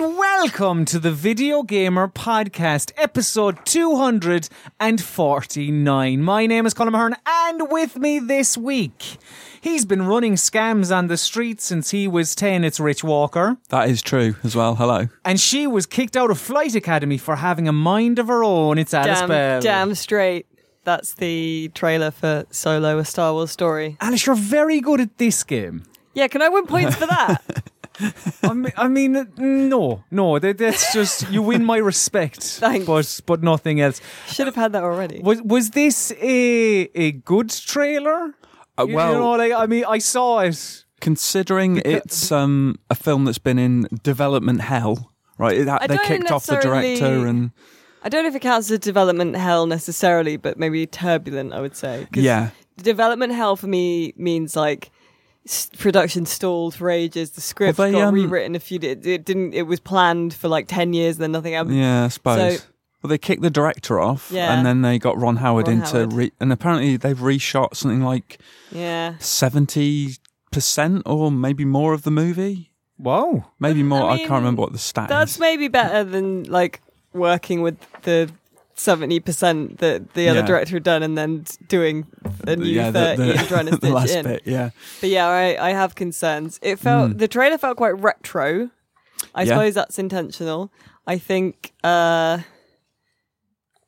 welcome to the Video Gamer Podcast, episode 249. My name is Colin Mahern, and with me this week, he's been running scams on the street since he was 10. It's Rich Walker. That is true as well. Hello. And she was kicked out of Flight Academy for having a mind of her own. It's Alice Bell. Damn, damn straight. That's the trailer for Solo, a Star Wars story. Alice, you're very good at this game. Yeah, can I win points for that? I mean, I mean, uh, no, no. that- That's just you win my respect, Thanks. but but nothing else. Should have had that already. Was was this a a good trailer? Uh, You- well, you know, like, I mean, I saw it. considering it's um, a film that's been in development hell, right? It, I they don't kicked off the director necessarily- and I don't know if it counts as development hell necessarily, but maybe turbulent, I would say. 'Cause yeah, Development hell for me means like s- production stalled for ages, the script Well, they, got um, rewritten a few it, it didn't it was planned for like 10 years and then nothing happened. yeah. I suppose. So- well, they kicked the director off, Yeah. and then they got Ron Howard Ron into, Howard. Re- and apparently they've reshot something like Yeah. seventy percent or maybe more of the movie. Wow. Maybe more. I, Mm, mean, can't remember what the stat That's is. maybe better than like working with the seventy percent that the other Yeah. director had done, and then doing a new yeah, the, thirty and trying to the, stitch the last it in. bit. Yeah, But yeah, I, I have concerns. It felt the trailer felt quite retro. I Hmm. Yeah. suppose that's intentional. I think. uh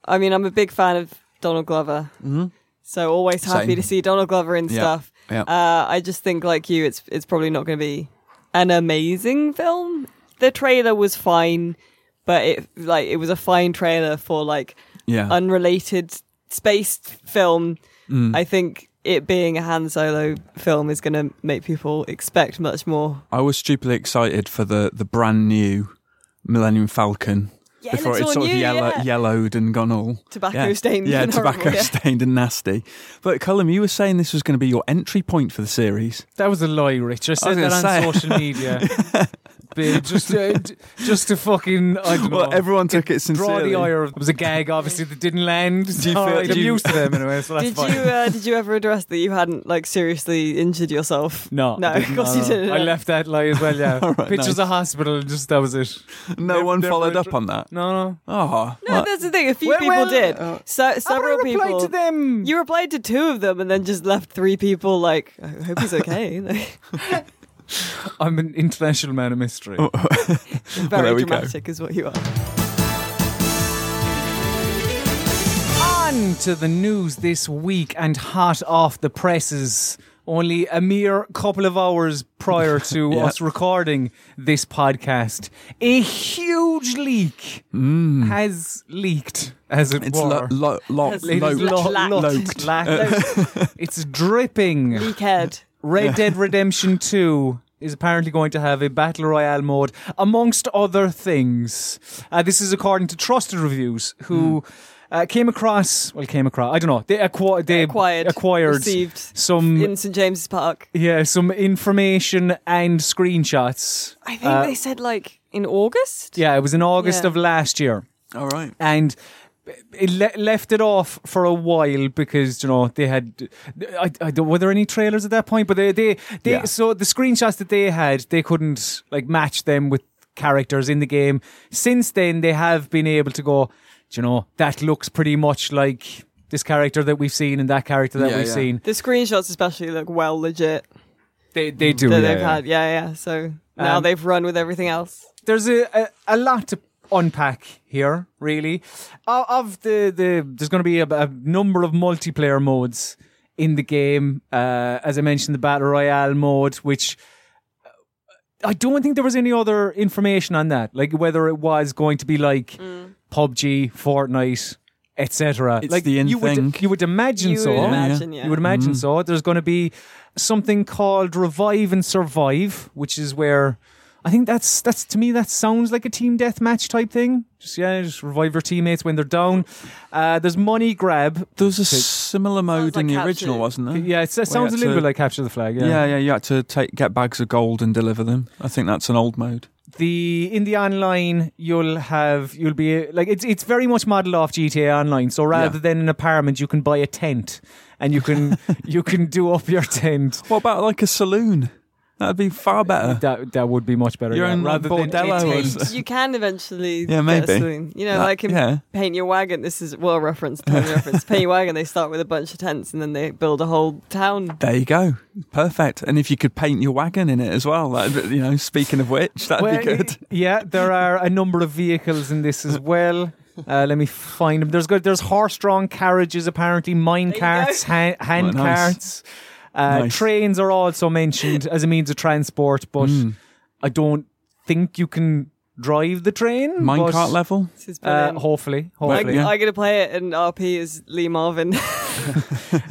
I mean, I'm a big fan of Donald Glover, so always happy Mm-hmm. Same. to see Donald Glover in Yeah, stuff. yeah. Uh, I just think, like you, it's it's probably not going to be an amazing film. The trailer was fine, but it like it was a fine trailer for like yeah. unrelated space film. Mm. I think it being a Han Solo film is going to make people expect much more. I was stupidly excited for the the brand new Millennium Falcon. Yeah, it before looks it's all sort of new, yellow, yeah. yellowed and gone all Tobacco yeah. stained Yeah, and tobacco horrible, yeah. stained and nasty. But Cullum, you were saying this was going to be your entry point for the series. That was a lie, Rich. I said gonna that on say. social media. But just, uh, d- just to fucking, I don't Well, know. everyone took it Draw sincerely. the ire of. It was a gag, obviously, that didn't land. you feel- Alright, do I'm you- used to them anyway, so that's Did you fine. uh, did you ever address that you hadn't like seriously injured yourself? no, no, I of didn't. course you didn't. I left that lie as well. Yeah, Alright, pictures nice. of hospital, and just that was it. No Never- one never followed inter- up on that. No, no. Oh, No, that's the thing. A few Well, people well, did. uh, so I several replied people. to them. You replied to two of them and then just left three people. Like, I hope he's okay. Like, I'm an international man of mystery. Very there we go. dramatic is what you are. On to the news this week and hot off the presses. Only a mere couple of hours prior to Yeah. us recording this podcast, a huge leak has leaked, as it Mm. it's lo- were. lo- lo- Has lo- Oh. leaked. lo- Lacked. lot- Loaked. lacked. it's dripping. Dickhead. Red Dead Redemption 2 is apparently going to have a battle royale mode, amongst other things. Uh, this is according to Trusted Reviews, who Hmm. uh, came across, well, came across, I don't know, they, acqui- they acquired, acquired received some. in St James's Park. yeah, some information and screenshots. Uh, I think they said like in August. Yeah, it was in August Yeah. of last year. All right. and it le- left it off for a while because you know they had I, I don't were there any trailers at that point but they they, they Yeah. so the screenshots that they had they couldn't like match them with characters in the game since then they have been able to go "Do you know that looks pretty much like this character that we've seen and that character that Yeah, we've yeah. seen The screenshots especially look well legit they they do that yeah, they've yeah. had. Yeah, yeah. So now Um, they've run with everything else. there's a, a, a lot to unpack here, really. Of, of the, the there's going to be a, a number of multiplayer modes in the game. Uh, as I mentioned, the battle royale mode, which uh, I don't think there was any other information on that, like whether it was going to be like PUBG, Fortnite, etc. It's Like the in you thing. would you would imagine You so. would yeah. imagine, yeah. You would imagine so. There's going to be something called Revive and Survive, which is where I think that's that's to me that sounds like a team deathmatch type thing. Just yeah, just revive your teammates when they're down. Uh, there's money grab. There was a similar mode like in the Capture. original, wasn't there? Yeah, it's, it Well, sounds a yeah, little to- bit like capture the flag. Yeah, yeah, you had to take get bags of gold and deliver them. I think that's an old mode. the in the online you'll have you'll be like it's it's very much modeled off GTA Online. So rather Yeah. than an apartment, you can buy a tent and you can you can do up your tent. What about like a saloon? That'd be far better. That that would be much better. Your yeah. own Rather than bordello it or takes- something. You can eventually. Yeah, maybe. Get a saloon. You know, That- like in yeah. Paint Your Wagon. This is well reference, tiny reference. Paint Your Wagon. They start with a bunch of tents and then they build a whole town. There you go. Perfect. And if you could paint your wagon in it as well, that'd, be- you know, speaking of which, that'd be Well, good. Yeah, there are a number of vehicles in this as well. Uh, let me find them. There's good. There's horse-drawn carriages, apparently mine There you carts, ha- hand Oh, nice. carts. Uh, Nice. Trains are also mentioned as a means of transport, but Hmm. I don't think you can drive the train. but, Minecart level? This is brilliant. Uh, hopefully, I, hopefully. yeah. I get to play it, and RP is Lee Marvin.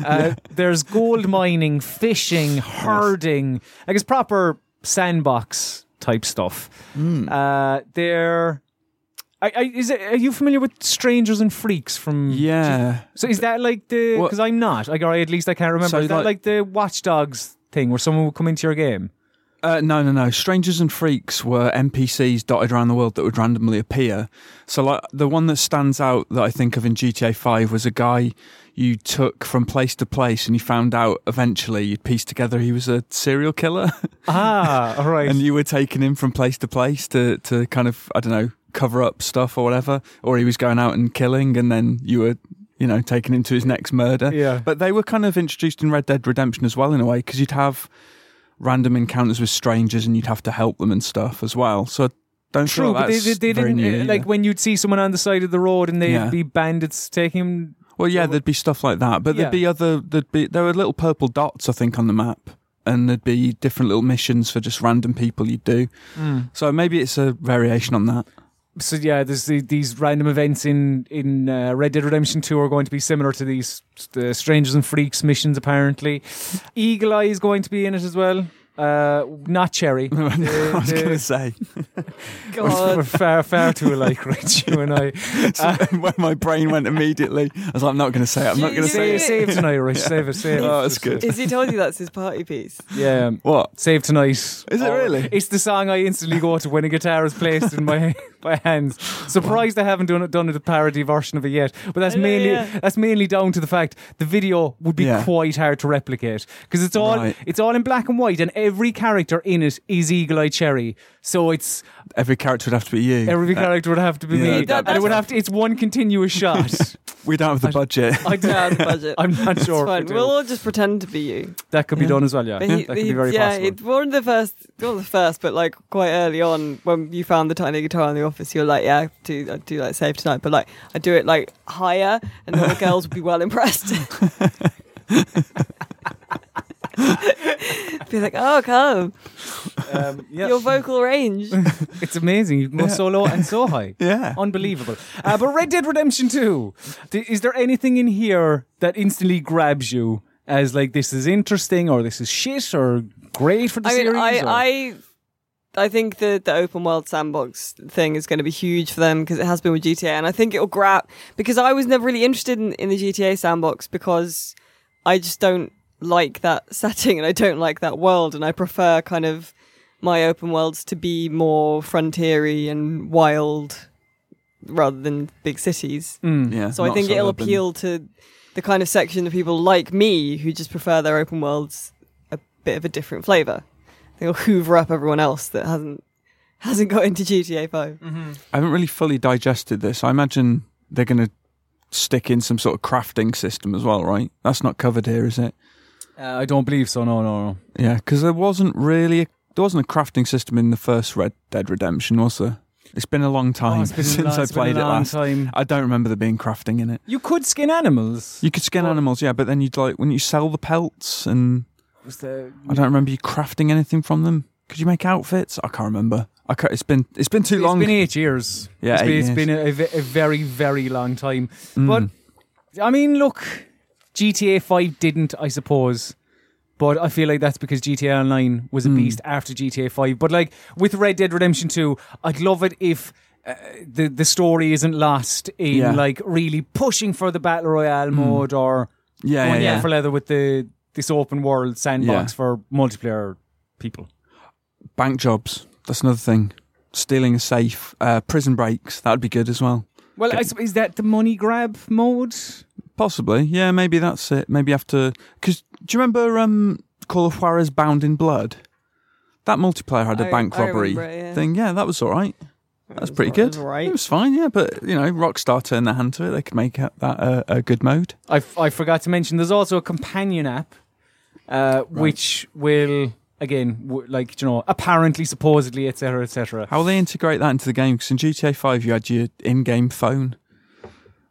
Uh, there's gold mining, fishing, herding, like it's proper sandbox type stuff. Uh, there, I, I, is it, are you familiar with Strangers and Freaks from? Yeah. So is that like the? What- Because I'm not. Like, or I, at least I can't remember. So is that like- like the Watchdogs thing where someone will come into your game? Uh, no, no, no. Strangers and Freaks were NPCs dotted around the world that would randomly appear. So, like, the one that stands out that I think of in GTA 5 was a guy you took from place to place and you found out eventually you'd piece together he was a serial killer Ah, all right. and you were taking him from place to place to, to kind of, I don't know, cover up stuff or whatever. Or he was going out and killing and then you were, you know, taking him to his next murder. yeah. But they were kind of introduced in Red Dead Redemption as well, in a way, because you'd have random encounters with strangers and you'd have to help them and stuff as well. So I don't True, feel but they, that's they, they very didn't new uh, like either. when you'd see someone on the side of the road and they'd Yeah. be bandits taking him. Well, yeah, there'd be stuff like that, but Yeah. there'd be other. There'd be there were little purple dots, I think, on the map, and there'd be different little missions for just random people you'd do. Hmm. So maybe it's a variation on that. so yeah, there's the, these random events in in uh, Red Dead Redemption Two are going to be similar to these uh, Strangers and Freaks missions. Apparently, Eagle Eye is going to be in it as well. Uh, not Cherry. Mm-hmm. I was the- going to say We're God, far far too alike, Rich. You and I. where my brain went immediately. I was like, I'm not going to say it. I'm not going to You- say Save, it. save tonight, Rich. Save it. Save it. Oh, that's good. is he told you that's his party piece? Yeah. what. Save tonight. Is it really? It's the song I instantly go to when a guitar is placed in my my hands. Surprised I haven't done it done a parody version of it yet. But that's I know, mainly yeah. that's mainly down to the fact the video would be Yeah. quite hard to replicate because it's all Right. it's all in black and white and every character in it is Eagle Eye Cherry. So it's Every character would have to be you. Uh, every That- character would have to be Yeah, me, that- and it would have to. It's one continuous shot. We don't have the budget. I No, don't, the budget. I'm not It's sure. if fine. we do. We'll all just pretend to be you. that could be Yeah. done as well. Yeah, But that could be very yeah, possible. it- one of the first, not the first, but like quite early on when you found the tiny guitar in the office, you were like, yeah, I do, I do like save tonight, but like I do it like higher, and all the girls would be well impressed. be like, oh, come, Um, yeah. your vocal range. It's amazing. You can go so low and so high. Yeah. Unbelievable. Uh, but Red Dead Redemption 2, d- is there anything in here that instantly grabs you as like this is interesting or this is shit or great for the I mean, series? I, or- I, I think the the open world sandbox thing is going to be huge for them because it has been with GTA, and I think it'll grab because I was never really interested in, in the GTA sandbox because I just don't like that setting and I don't like that world, and I prefer kind of my open worlds to be more frontiery and wild rather than big cities. yeah. So I not think it'll urban. appeal to the kind of section of people like me who just prefer their open worlds a bit of a different flavour. They'll hoover up everyone else that hasn't hasn't got into GTA Five. I haven't really fully digested this. I imagine they're going to stick in some sort of crafting system as well, right? That's not covered here, is it? Uh, I don't believe so. No, no, no. Yeah, because there wasn't really a, there wasn't a crafting system in the first Red Dead Redemption, was there? It's been a long time Oh, it's been a since long- I it's been a played it long last. time. I don't remember there being crafting in it. You could skin animals. You could skin animals, yeah, but then you'd like wouldn't you sell the pelts? And Was there- I don't remember you crafting anything from them. Could you make outfits? I can't remember. I can't, it's been it's been too long. It's been eight years. Yeah, it's been, eight Mm. it's been a, a ve- a very, very long time. But I mean, look, GTA Five didn't, I suppose. But I feel like that's because GTA Online was a Mm. beast after GTA Five. But like with Red Dead Redemption Two, I'd love it if. Uh, the the story isn't lost in Yeah. Mm. like really pushing for the battle royale mode or yeah, yeah, going yeah. out for leather with the this open world sandbox Yeah. for multiplayer people. Bank jobs. That's another thing. Stealing a safe. Uh, prison breaks. That'd be good as well. Well, I sup- is that the money grab mode? Possibly. Yeah, maybe that's it. Maybe after. Because do you remember um, Call of Juarez Bound in Blood? That multiplayer had a I- bank I robbery remember it, yeah. thing. Yeah, that was all right. That was pretty all- it good. was all right. It was fine. Yeah, but you know, Rockstar turned their hand to it. They could make out that uh, a good mode. I, f- I forgot to mention there's also a companion app, uh, which will again w- like you know apparently supposedly etc etc. How will they integrate that into the game? Because in GTA Five, you had your in-game phone.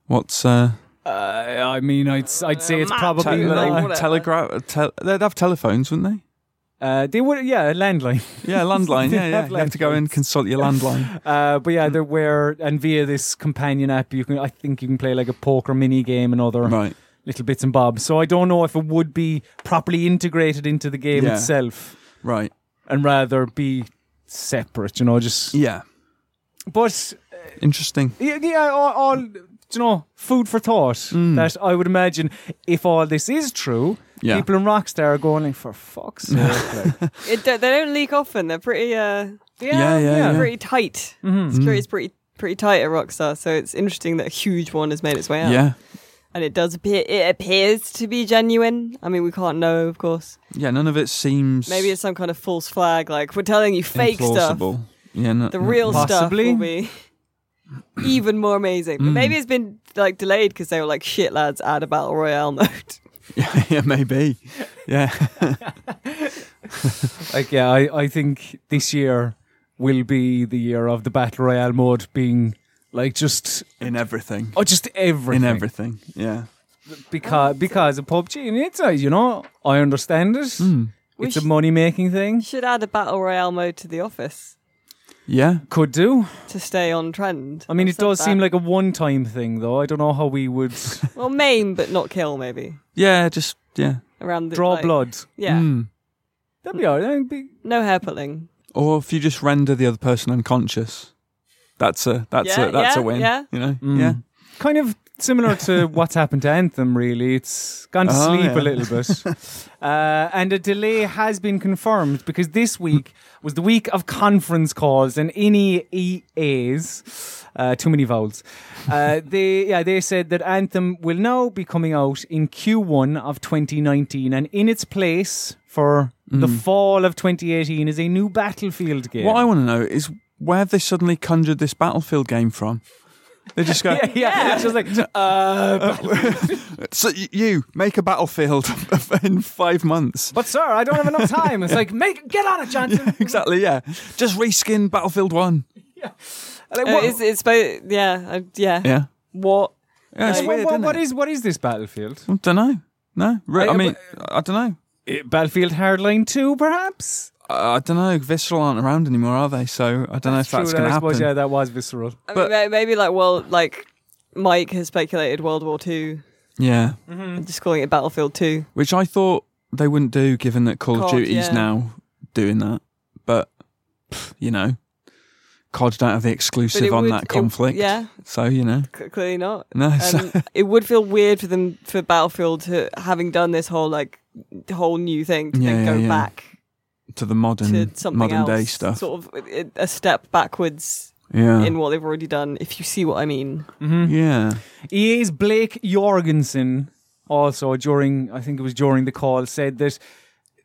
What's uh, Uh, I mean I'd s- I'd say it's Map probably type like- thing. telegraph? whatever. tel- they'd have telephones, wouldn't uh, they would yeah a landline. they? Yeah, landline. They'd yeah, yeah. have You have to go and landlines. consult consult your landline. Uh, but yeah, there were and via this companion app you can I think you can play like a poker mini game and other Right. little bits and bobs. So I don't know if it would be properly integrated into the game Yeah. itself Right. and rather be separate, you know, just Yeah. but Interesting. Yeah, yeah all, all you know, food for thought. Mm. That I would imagine, if all this is true, Yeah. people in Rockstar are going like, for fuck's sake. like, yeah, It, do- they don't leak often. They're pretty, uh, Yeah, yeah, yeah. Mm. pretty tight. Security is pretty, pretty tight at Rockstar. So it's interesting that a huge one has made its way out. Yeah. and it does appear. It appears to be genuine. I mean, we can't know, of course. Yeah. None of it seems Maybe it's some kind of false flag. Like we're telling you fake stuff. implausible. Yeah. No, The no- real Possibly. Mm. stuff will be even more amazing. But maybe it's been like delayed because they were like, "Shit, lads, add a battle royale mode." Yeah, yeah, maybe. Yeah. like, yeah I, I think this year will be the year of the Battle Royale mode being like just, In everything. oh, just everything. In everything. Yeah. Because, because of PUBG. And it's, uh, you know, I understand it. Hmm. We It's a sh- money making thing. should add a battle royale mode to The Office Yeah. Could do. to stay on trend. I mean, I've it said does that. seem like a one time thing, though. I don't know how we would well, maim but not kill, maybe Yeah. Just, yeah. around the draw like- blood. Yeah, Mm. That'd be all right. That'd be- no hair pulling. Or if you just render the other person unconscious. That's a that's Yeah, a that's yeah, a win. yeah. You know? Mm. Yeah. kind of similar to what's happened to Anthem, really. It's gone to Oh, sleep yeah. a little bit. uh, and a delay has been confirmed because this week was the week of conference calls and any EAs. Uh, too many vowels. Uh, they yeah they said that Anthem will now be coming out in Q1 of 2019, and in its place for the fall of 2018 is a new Battlefield game. What Mm. I want to know is where have they suddenly conjured this battlefield game from? They just go, yeah, yeah. It's just like uh, so y- you make a battlefield in five months. But sir, I don't have enough time. It's like, make get on it, Johnson. Exactly, yeah. Just reskin Battlefield 1. Like, Uh, what- it's it's both. Yeah, uh, yeah. Yeah. What? Yeah, it's what- weird. what- isn't what it? is what is this battlefield? I don't know. No, re- I- I, mean, I don't know. battlefield Hardline Two, perhaps. I I don't know. Visceral aren't around anymore, are they? So I don't know if that's going to I suppose, happen. yeah, that was visceral. I mean, But- may- maybe like well, like Mike has speculated World War Two, Yeah. Mm-hmm. and just calling it Battlefield Two. which I thought they wouldn't do, given that Call of COD, Duty's yeah. now doing that. But pff, you know, COD don't have the exclusive on would- that it- conflict. yeah. So you know, C- clearly not. no. so- Um, it would feel weird for them for Battlefield to having done this whole like whole new thing to then Yeah, go yeah, yeah. back to the modern to something modern else, day stuff. Sort of i- a step backwards yeah. in what they've already done. If you see what I mean. yeah. EA's Blake Jorgensen also during I think it was during the call said that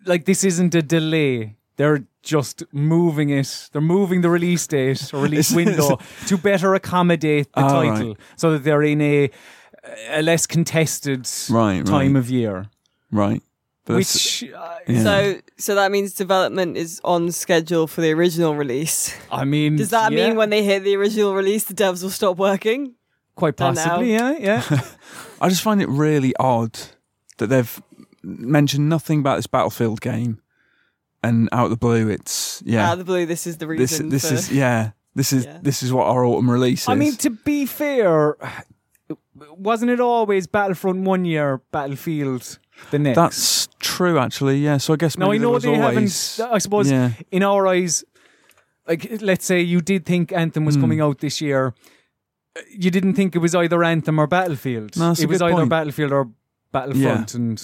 like this isn't a delay. They're just moving it. They're moving the release date or release window to better accommodate the Ah, right. title so that they're in a a less contested Right, time right. of year. Right. But that's- Which uh, yeah. So so that means development is on schedule for the original release. I mean, Does that yeah, mean when they hit the original release, the devs will stop working? quite Don't know. possibly? Yeah, yeah. I just find it really odd that they've mentioned nothing about this Battlefield game, and out of the blue, it's yeah. Out of the blue, this is the this reason. this for- is yeah. This is Yeah. this is what our autumn release is. I mean, to be fair, wasn't it always Battlefront one year, Battlefield the next? That's true, actually. Yeah. So I guess now maybe I know there they was always, haven't. I suppose Yeah. in our eyes, like let's say you did think Anthem Hmm. was coming out this year, you didn't think it was either Anthem or Battlefield. No, that's a it was good either point. Battlefield or Battlefront, and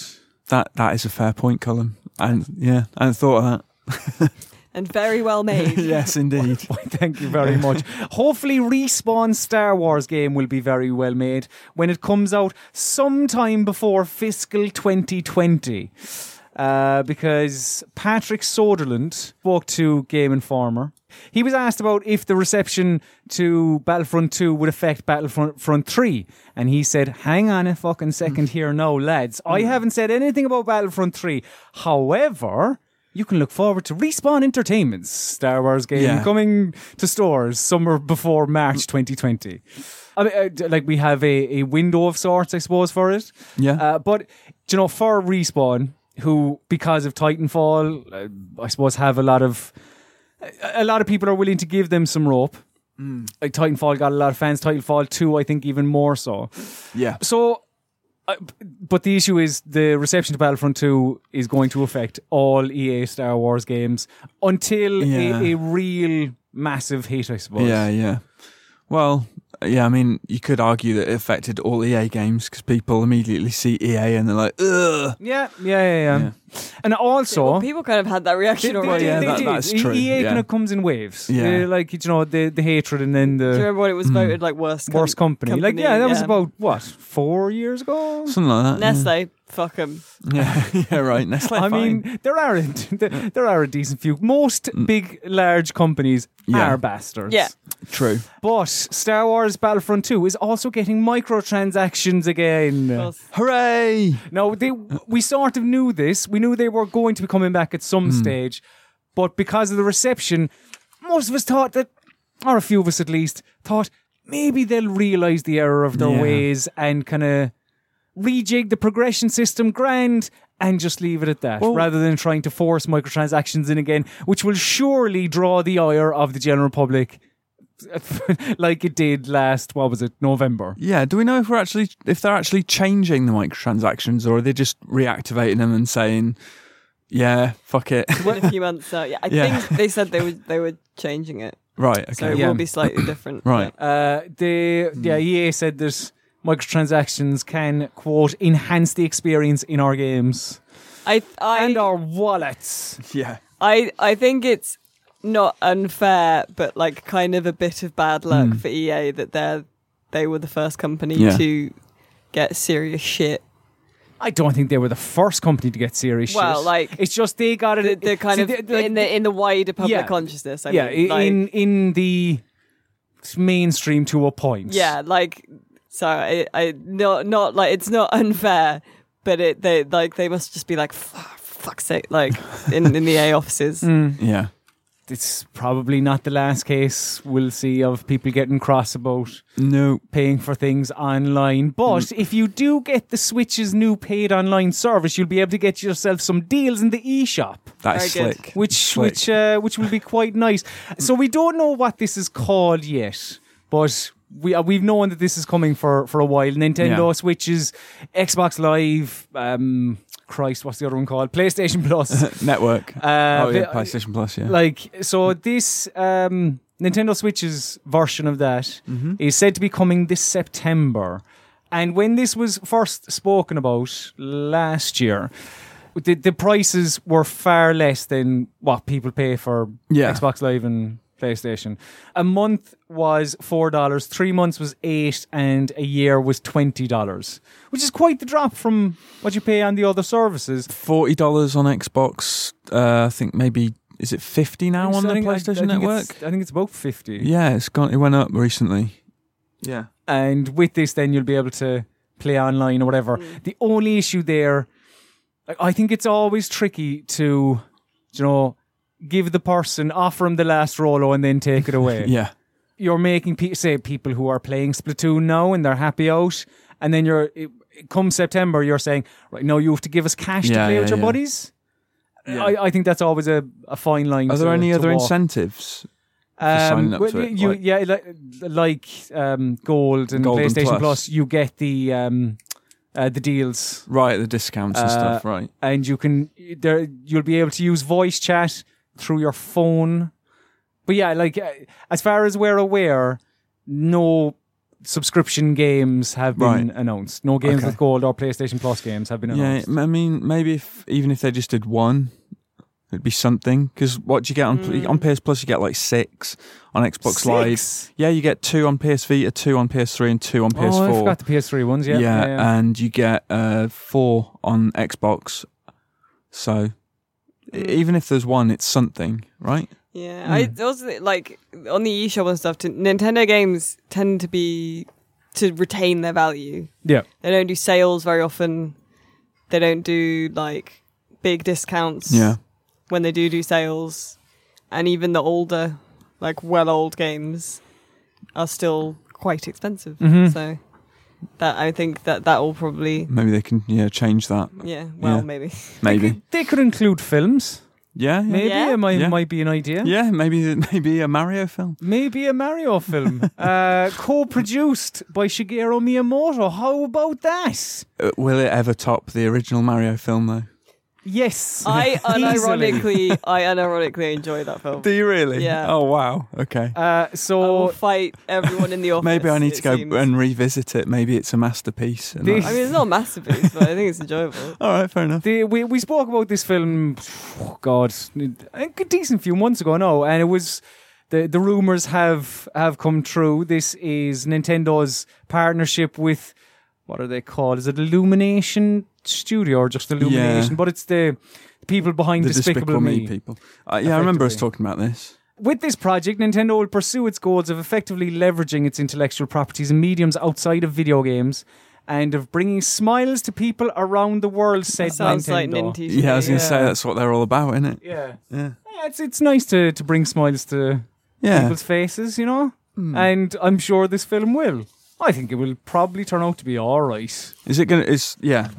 that that is a fair point, Colin. And yeah, I hadn't thought of and very well that. made. yes, indeed. Why, thank you very much. Hopefully, Respawn's Star Wars game will be very well made when it comes out sometime before fiscal 2020. uh, because Patrick Soderland spoke to Game Informer. He was asked about if the reception to Battlefront 2 would affect Battlefront Front 3. And he said, Hang on a fucking second here, no, lads. I haven't said anything about Battlefront 3. However, you can look forward to Respawn Entertainment's Star Wars game Yeah. coming to stores somewhere before March 2020. I mean, uh, d- like we have a, a window of sorts, I suppose, for it. Yeah. Uh, but you know, for Respawn, who because of Titanfall, uh, I suppose have a lot of a lot of people are willing to give them some rope. Mm. Like Titanfall got a lot of fans. Titanfall two, I think, even more so. Yeah. So, uh, b- but the issue is the reception to Battlefront 2 is going to affect all EA Star Wars games until Yeah. a, a real massive hit, I suppose. Yeah, yeah. Well, yeah, I mean, you could argue that it affected all EA games because people immediately see EA and they're like, ugh. Yeah, yeah, yeah. yeah. And also. Well, people kind of had that They- reaction they- already. they- yeah, they that- did. that's true, EA yeah. kind of E comes in waves. Yeah. Uh, like, you know, the, the hatred and then Do you the remember when it Hmm. was voted like worst com- worst company. Like, company, yeah, that was yeah. about, what, four years ago? Something like that. Mm. yeah. Nestle? Fuck 'em. Yeah, yeah, right. Nestle. I fine. Mm. mean, there are a, there, there are a decent few. Most big, large companies Yeah. are bastards. Yeah. true. But Star Wars Battlefront 2 is also getting microtransactions again. Well, Hooray! now, they, we sort of knew this. We knew they were going to be coming back at some stage. But because of the reception, most of us thought that, or a few of us at least, thought maybe they'll realize the error of their Yeah. ways and kind of rejig the progression system grand and just leave it at that rather than trying to force microtransactions in again, which will surely draw the ire of the general public like it did last, what was it, November. Yeah. Do we know if we're actually if they're actually changing the microtransactions or are they just reactivating them and saying, "Yeah, fuck it." in a few months out. Yeah, I Yeah. think they said they were they were changing it, right. Okay. so it Yeah. will be slightly different. Right. Uh, the yeah, EA said that microtransactions can quote enhance the experience in our games I I and our wallets. Yeah. I I think it's not unfair, but like kind of a bit of bad luck Mm. for EA that they're they were the first company Yeah. to get serious shit. I don't think they were the first company to get serious. Well, shit. like- it's just they got it. The, the kind see, of they- like, in the in the wider public Yeah. consciousness. I yeah, mean, i- like, in in the mainstream to a point. yeah, like so I, I not not like it's not unfair, but it they like they must just be like fuck, fuck's sake, like in in the EA offices. Yeah. it's probably not the last case we'll see of people getting cross about No. paying for things online. But Mm. if you do get the Switch's new paid online service, you'll be able to get yourself some deals in the eShop, That is Very good. slick. which Slick. which uh, which will be quite nice. Mm. So we don't know what this is called yet, but. We, uh, we've known that this is coming for, for a while. Nintendo Yeah. Switches, Xbox Live, um, Christ, what's the other one called? PlayStation Plus. network. Uh, oh yeah, the- PlayStation Plus. Yeah. like so this um Nintendo Switch's version of that is Mm-hmm. said to be coming this September. And when this was first spoken about last year, the, the prices were far less than what people pay for Yeah. Xbox Live and PlayStation. A month was four dollars, three months was eight, and a year was twenty dollars, which is quite the drop from what you pay on the other services. forty dollars on Xbox. Uh, I think maybe is it fifty now on So I the think- I- I PlayStation think Network? it's- I think it's about fifty. Yeah, it's gone. It went up recently. Yeah. and with this then you'll be able to play online or whatever the only issue there like, i think it's always tricky to you know give the person offer them the last rollo and then take it away Yeah. you're making pe- say people who are playing splatoon now and they're happy out and then you're it, come september you're saying right now you have to give us cash to Yeah, play yeah, with your yeah. buddies I, I think that's always a, a fine line. Are there to- any to other walk. incentives? signing Um, up well, to it, you, like- yeah, like, like um, Gold and Gold and PlayStation Plus. Plus. you get the um, uh, the deals, Right, the discounts and stuff. Uh, Right. and you can there you'll be able to use voice chat through your phone. But yeah, like uh, as far as we're aware, no subscription games have been Right. announced. No games Okay. with Gold or PlayStation Plus games have been Yeah. announced. I mean, maybe if even if they just did one, it'd be something. Because what do you get on on PS Plus? You get like six on Xbox Live. Mm. Six? Yeah, you get two on PS Vita, two on PS3, and two on PS4. Oh, I forgot the PS3 ones. Yeah, yeah, and you get uh, four on uh, Xbox. So e- Mm. even if there's one, it's something, right? Yeah, I also like on the eShop and stuff. T- Nintendo games tend to be to retain their value. Yeah. They don't do sales very often. They don't do like big discounts. Yeah. when they do do sales, and even the older, like well old games, are still quite expensive. Mm-hmm. So that I think that that will probably Maybe they can yeah change that. yeah. Well, Yeah. maybe Maybe. They could include films. Yeah. Yeah. Maybe Yeah. it might, Yeah. might be an idea. Yeah, maybe maybe a Mario film. Maybe a Mario film, uh, co-produced by Shigeru Miyamoto. How about that? Uh, Will it ever top the original Mario film though? Yes, I Easily. unironically I unironically enjoy that film. Do you really? Yeah. Oh wow. Okay. Uh, I will so fight everyone in the office. Maybe I need to it go seems. and revisit it. Maybe it's a masterpiece. and This- I mean, it's not a masterpiece, but I think it's enjoyable. I- all right, fair enough. the, we we spoke about this film. oh, God, I think a decent few months ago now, and it was the the rumors have have come true. This is Nintendo's partnership with what are they called? Is it Illumination Studio or just Illumination? But it's the people behind the Despicable, Me. people. Uh, yeah, I remember us Effectively. talking about this. With this project, Nintendo will pursue its goals of effectively leveraging its intellectual properties and mediums outside of video games and of bringing smiles to people around the world, said Sounds Nintendo. like Ninty. Yeah, I was going to Yeah. say that's what they're all about, isn't it? Yeah. Yeah. Yeah, It's, it's nice to, to bring smiles to Yeah. people's faces, you know? And I'm sure this film will. I think it will probably turn out to be alright. Is it going to? Is yeah?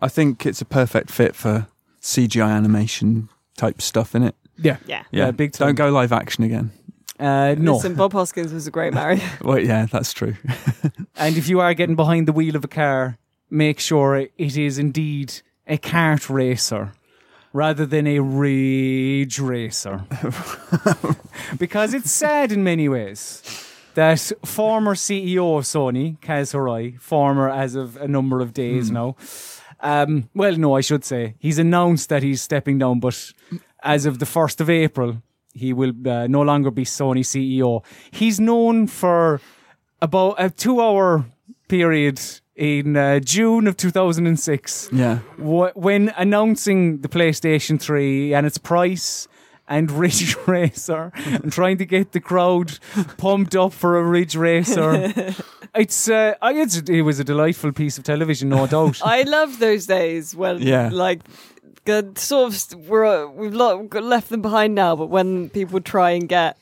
I think it's a perfect fit for CGI animation type stuff, in it. Yeah. Yeah. Yeah, big time. Don't go live action again. Uh, no. Listen, Bob Hoskins was a great Mario. Well, yeah, that's true. And if you are getting behind the wheel of a car, make sure it is indeed a kart racer rather than a rage racer. because it's sad in many ways that former CEO of Sony, Kaz Hirai, former as of a number of days now, um, well, no, I should say, he's announced that he's stepping down, but as of the 1st of April, he will uh, no longer be Sony CEO. He's known for about a two hour period in uh, June of 2006 Yeah. wh- when announcing the PlayStation 3 and its price and Ridge Racer and trying to get the crowd pumped up for a Ridge Racer. It's, uh, I- it's it was a delightful piece of television, no doubt. I love those days when, Yeah. like, good sort of we're we've lo- got left them behind now. But when people would try and get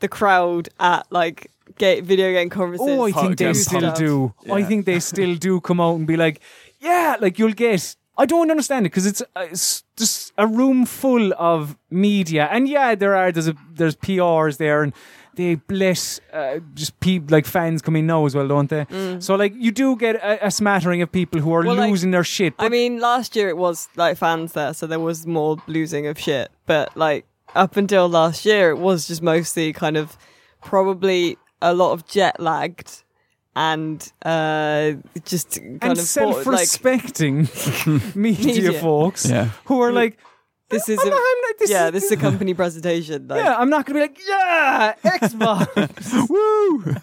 the crowd at like ga video game conferences, Oh, I think they Podcast still stuff. do. I Yeah. think they still do come out and be like, yeah, like you'll get. I don't understand it because it's, uh, it's just a room full of media, and yeah, there are there's a, there's PRs there, and they let uh, just people like fans come in now as well, don't they? So like you do get a, a smattering of people who are Mm. Well, like, losing their shit. I mean, last year it was like fans there, so there was more losing of shit. But like up until last year, it was just mostly kind of probably a lot of jet lagged and uh just kind and of thought, like self-respecting media, Media. folks Yeah. who are like, this is I'm a, not, I'm not, this yeah is, this is a company presentation like yeah, I'm not gonna be like, yeah, Xbox. Woo!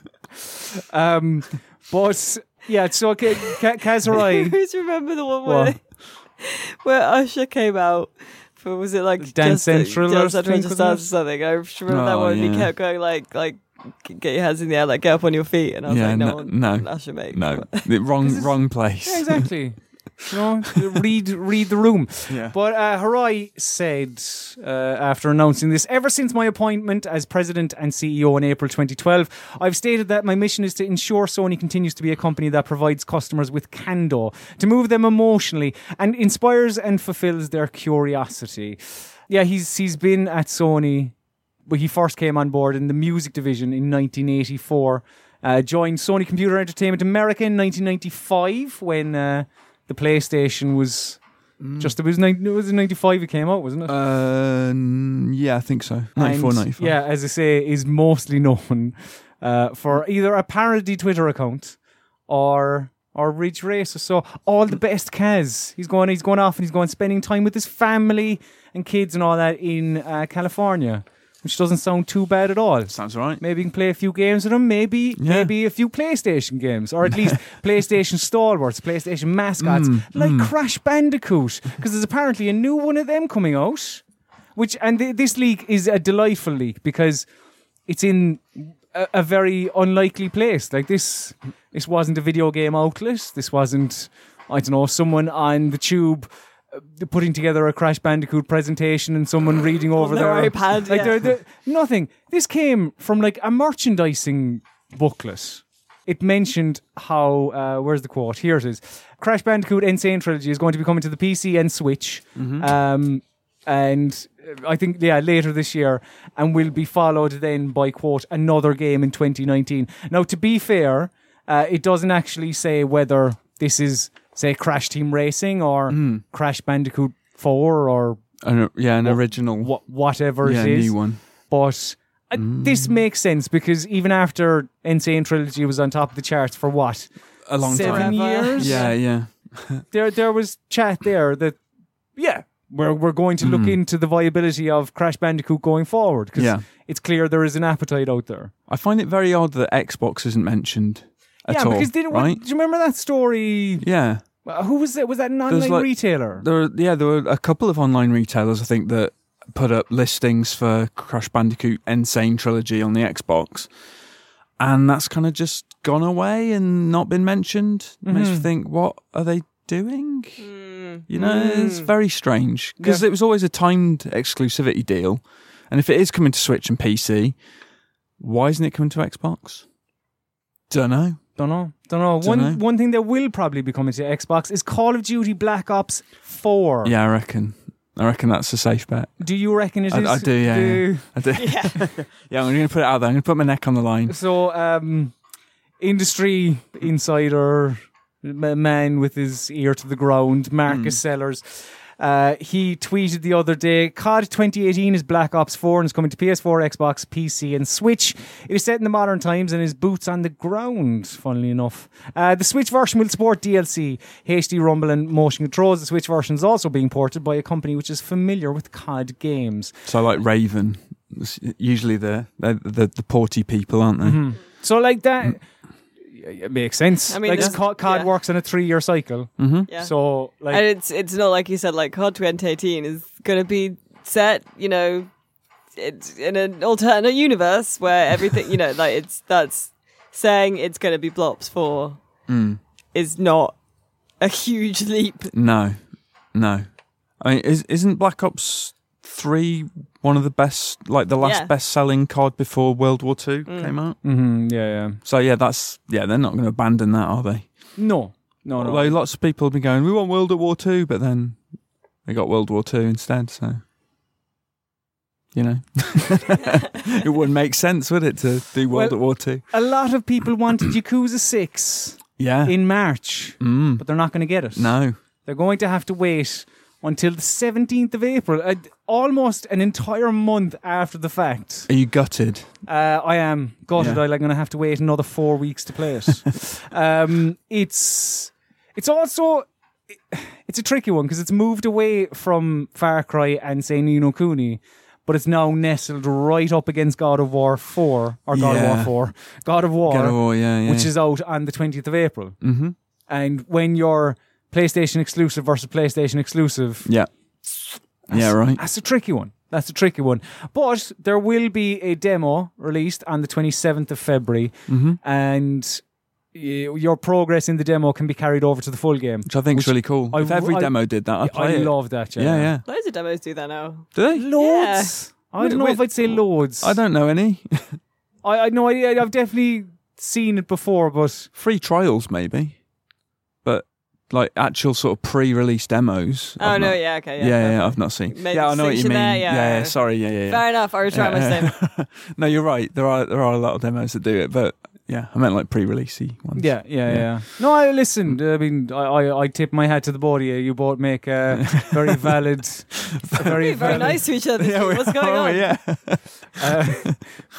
Um, but yeah, so okay, Ka- Kazurai. Who's remember the one where, What? where Usher came out for was it like Dance Central or Dance Central something, just wasn't dance it? or something? I just remember that Oh, one. and He yeah. kept going like like get your hands in the air, like get up on your feet, and I was Yeah, like, no, no- one, no, Usher mate, No, the wrong This is- wrong place. yeah, exactly. You know, read read the room. Yeah. But uh, Harai said uh, after announcing this, ever since my appointment as president and CEO in April 2012, I've stated that my mission is to ensure Sony continues to be a company that provides customers with candor, to move them emotionally, and inspires and fulfills their curiosity. Yeah, he's he's been at Sony. But he first came on board in the music division in 1984. Uh, joined Sony Computer Entertainment America in 1995 when uh, the PlayStation was just it was nine, it was in '95 it came out, wasn't it? Uh, n- yeah, I think so. And, 94, 95. Yeah, as I say, is mostly known uh, for either a parody Twitter account or or Ridge Racer. So all the best, Kaz. He's going, he's going off, and he's going spending time with his family and kids and all that in uh, California. which doesn't sound too bad at all. Sounds right. Maybe you can play a few games with them. Maybe Yeah. maybe a few PlayStation games, or at least PlayStation stalwarts, PlayStation mascots, like Crash Bandicoot, because there's apparently a new one of them coming out. Which and th- this league is a delightful league because it's in a, a very unlikely place. Like this, this wasn't a video game outlet. This wasn't, I don't know, someone on the tube. uh, Putting together a Crash Bandicoot presentation and someone reading over their iPad, like yeah. they're- they're- nothing. This came from like a merchandising booklet. It mentioned how uh, where's the quote? Here it is: Crash Bandicoot Insane Trilogy is going to be coming to the PC and Switch, Mm-hmm. um, and uh, I think yeah later this year, and will be followed then by quote another game in 2019. Now, to be fair, uh, it doesn't actually say whether this is say Crash Team Racing or Hmm. Crash Bandicoot Four or An, yeah, an original. wh- whatever yeah, it is new one. Hmm. but uh, this makes sense because even after Insane Trilogy was on top of the charts for what A long seven time. Forever. years, Yeah, yeah. there there was chat there that yeah, we're we're going to look into the viability of Crash Bandicoot going forward because Hmm. Yeah. it's clear there is an appetite out there. I find it very odd that Xbox isn't mentioned at yeah, all. because did, right? do you remember that story? Yeah. Uh, Who was it? Was that an online like- retailer? There were, yeah, there were a couple of online retailers I think that put up listings for Crash Bandicoot Insane Trilogy on the Xbox. And that's kind of just gone away and not been mentioned. It Makes you think, what are they doing? You know, it's very strange because Yeah. it was always a timed exclusivity deal. And if it is coming to Switch and PC, why isn't it coming to Xbox? Don't know. Don't know. Don't know. One Dunno. one thing that will probably be coming to Xbox is Call of Duty Black Ops Four. Yeah, I reckon. I reckon that's a safe bet. Do you reckon it is? I, I do, yeah. Do- yeah. I do. yeah, I'm going to put it out there. I'm going to put my neck on the line. So, um, industry insider m- man with his ear to the ground, Marcus Sellers. Uh, he tweeted the other day, COD 2018 is Black Ops 4 and is coming to PS4, Xbox, PC, and Switch. It is set in the modern times and is boots on the ground, funnily enough. Uh, the Switch version will support DLC, HD Rumble, and motion controls. The Switch version is also being ported by a company which is familiar with COD games. So, like Raven, it's usually the the the, the porty people, aren't they? So like that, it makes sense. I mean, like there's- COD, COD yeah. works on a three-year cycle, mm-hmm. Yeah. so like and it's it's not like you said like COD 2018 is going to be set, you know, it's in an alternate universe where everything, you know, like it's that's saying it's going to be Blops 4 Mm. is not a huge leap. No, no. I mean, is, isn't Black Ops Three one of the best, like the last Yeah. best selling card before World War Two came out? Mhm, yeah, yeah. So yeah, that's yeah. They're not going to abandon that, are they? No, no, no. Although lots of people have been going, we want World at War Two, but then they got World War Two instead. So you know, it wouldn't make sense, would it, to do World Well- at War Two? a lot of people wanted Yakuza Six Yeah. in March, mm. but they're not going to get it. No. They're going to have to wait until the seventeenth of April, uh, almost an entire month after the fact. Are you gutted? Uh, I am gutted. Yeah. I'm going to have to wait another four weeks to play it. um, it's it's also it's a tricky one because it's moved away from Far Cry and say Nino Cooney, but it's now nestled right up against God of War Four or God Yeah. of War Four, God of War, Get over, Oh, yeah, yeah. which is out on the twentieth of April. Mm-hmm. And when you're PlayStation exclusive versus PlayStation exclusive, yeah, yeah, right. that's a tricky one. That's a tricky one. But there will be a demo released on the 27th of February, Mm-hmm. and y- your progress in the demo can be carried over to the full game. Which I think is really cool. I if every w- I- demo did that, I'd I play it. love that. Yeah, yeah, yeah. Loads of demos do that now. Do they? Loads. I don't Wait, know wait. if I'd say loads. I don't know any. I, I know. I, I've definitely seen it before, but Free trials maybe, but like actual sort of pre-release demos. Oh I've no, not- yeah, okay, yeah, yeah. yeah, I've not seen. Made yeah, the I know what you mean. distinction there, yeah. yeah. yeah, sorry, yeah, yeah. yeah. Fair enough. I retract my statement. no, you're right. There are there are a lot of demos that do it, but Yeah, I meant like pre-releasey ones. Yeah, yeah, yeah, Yeah. No, I listened. I mean, I, I, I tip my hat to the board here. You both make a very valid, very, We're very valid, nice to each other. Yeah, we What's going are, on? Oh, Yeah. uh,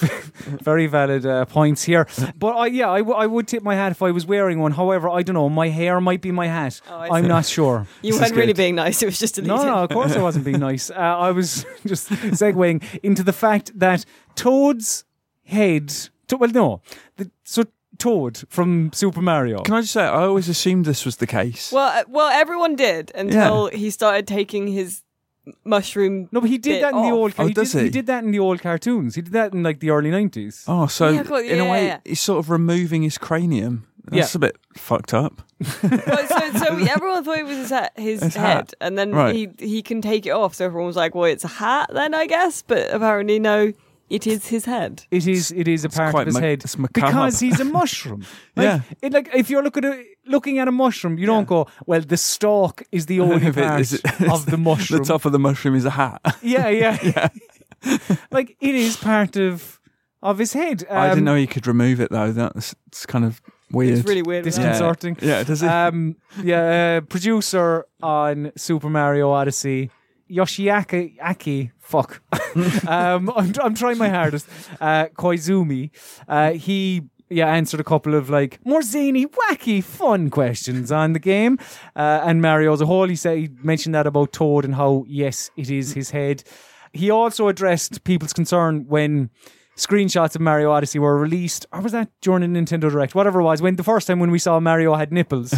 very valid uh, points here. But I, yeah, I, w- I would tip my hat if I was wearing one. However, I don't know. My hair might be my hat. Oh, I I'm see. not sure. You This is weren't really good. being nice. It was just deleted. No, no, of course I wasn't being nice. Uh, I was just segueing into the fact that Toad's head. To, well, no, the, so Toad from Super Mario. Can I just say, I always assumed this was the case. Well, uh, well, everyone did until he started taking his mushroom. No, but he did bit that in the off. old. Oh, he, does did, he? did that in the old cartoons. He did that in like the early nineties. oh, so Yeah, of course, in a way, yeah. he's sort of removing his cranium. That's Yeah. a bit fucked up. Well, so, so everyone thought it was his, hat, his, His head, hat. and then Right. he he can take it off. So everyone was like, "Well, it's a hat then, I guess." But apparently, no, it is his head. It is. It is a part of quite his mac- head it's macabre. because he's a mushroom. Like, Yeah. It, like if you're looking at looking at a mushroom, you don't go, "Well, the stalk is the only If it- part is it- of the mushroom." The top of the mushroom is a hat. Yeah, yeah. like it is part of of his head. I Um, didn't know you could remove it though. That's it's kind of weird. It's really weird. This wasn't is- it? Disconcerting. Yeah, yeah does it? um, yeah, uh, producer on Super Mario Odyssey, Yoshiaki Aki. Fuck, um, I'm, I'm trying my hardest. Uh, Koizumi, uh, he yeah answered a couple of like more zany, wacky, fun questions on the game uh, and Mario as a whole. He said he mentioned that about Toad and how yes, it is his head. He also addressed people's concern when screenshots of Mario Odyssey were released, or was that during a Nintendo Direct? Whatever it was, when the first time when we saw Mario had nipples,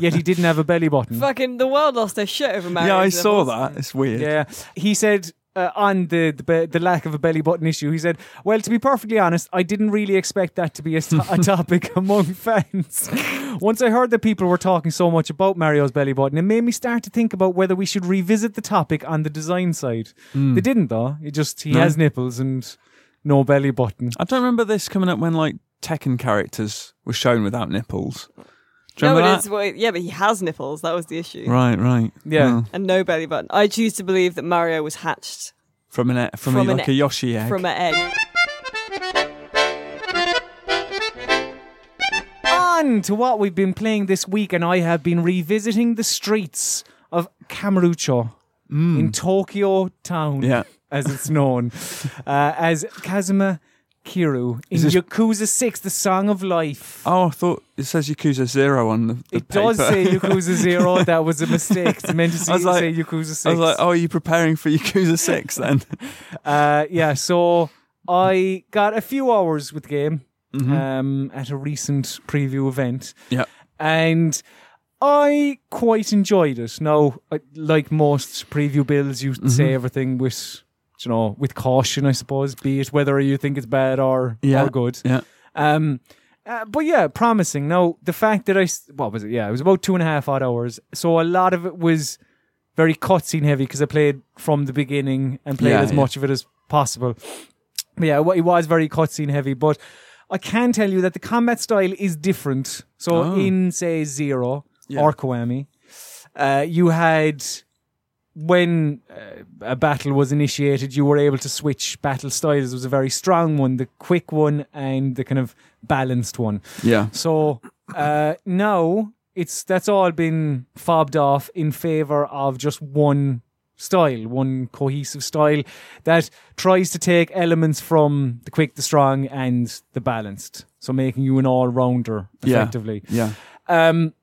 yet he didn't have a belly button. Fucking the world lost their shit over Mario. yeah, I Levels. saw that. It's weird. Yeah, he said. Uh, on the, the be- the lack of a belly button issue, he said, "Well, to be perfectly honest, I didn't really expect that to be a, to- a topic among fans. Once I heard that people were talking so much about Mario's belly button, it made me start to think about whether we should revisit the topic on the design side. They didn't, though. It just he No. has nipples and no belly button. I don't remember this coming up when like Tekken characters were shown without nipples. Do you No, remember it is. Well, yeah, but he has nipples. That was the issue. that? Right, right. Yeah. Oh. And no belly button. I choose to believe that Mario was hatched From an e- from, From a, an like e- a Yoshi egg. from an egg. on to what we've been playing this week, and I have been revisiting the streets of Kamurocho in Tokyo town, Yeah. as it's known, uh, as Kazuma Kiru in Is this- Yakuza 6, The Song of Life. Oh, I thought it says Yakuza Zero on the, the it does paper. say Yakuza 0, that was a mistake. It's meant to say, I was like- say Yakuza 6. I was like, "Oh, are you preparing for Yakuza 6 then?" uh, yeah, so I got a few hours with the game um, at a recent preview event. Mm-hmm. yeah. and I quite enjoyed it. Now, I- like most preview builds, Mm-hmm. you say everything with you know with caution, I suppose, be it whether you think it's bad or Yeah. or good. Yeah. Um, uh, but yeah, promising. Now, the fact that I s- what was it? Yeah, it was about two and a half odd hours. So a lot of it was very cutscene heavy because I played from the beginning and played Yeah, as yeah. much of it as possible. But yeah, it was very cutscene heavy, but I can tell you that the combat style is different. So Oh. in say Zero Yeah. or Koami, uh, you had when uh, a battle was initiated, you were able to switch battle styles. It was a very strong one, the quick one, and the kind of balanced one. Yeah. So uh, now it's that's all been fobbed off in favor of just one style, one cohesive style that tries to take elements from the quick, the strong, and the balanced. So making you an all-rounder Yeah. effectively. Yeah. Um,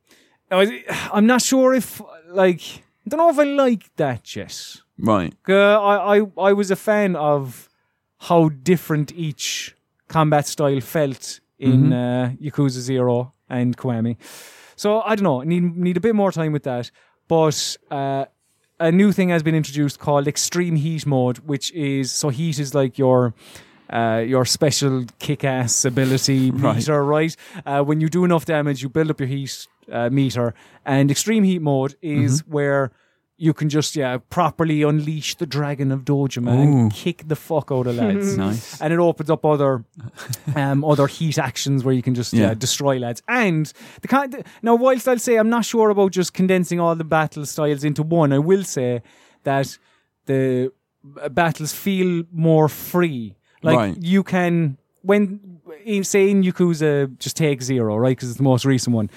now, I- I'm not sure if like I don't know if I like that yet. Right. Uh, I, I I was a fan of how different each combat style felt Mm-hmm. in uh, Yakuza Zero and Koami. So I don't know. Need need a bit more time with that. But uh, a new thing has been introduced called Extreme Heat Mode, which is so heat is like your uh, your special kick-ass ability Right. meter, right? Uh, when you do enough damage, you build up your heat uh, meter, and extreme heat mode is Mm-hmm. where you can just yeah properly unleash the dragon of Dojima Ooh. and kick the fuck out of lads. Nice. Mm. And it opens up other, um, other heat actions where you can just yeah. Yeah. destroy lads. And the kind now, whilst I'll say I'm not sure about just condensing all the battle styles into one, I will say that the uh, battles feel more free. Like Right. you can when say in Yakuza, just take zero, right? Because it's the most recent one.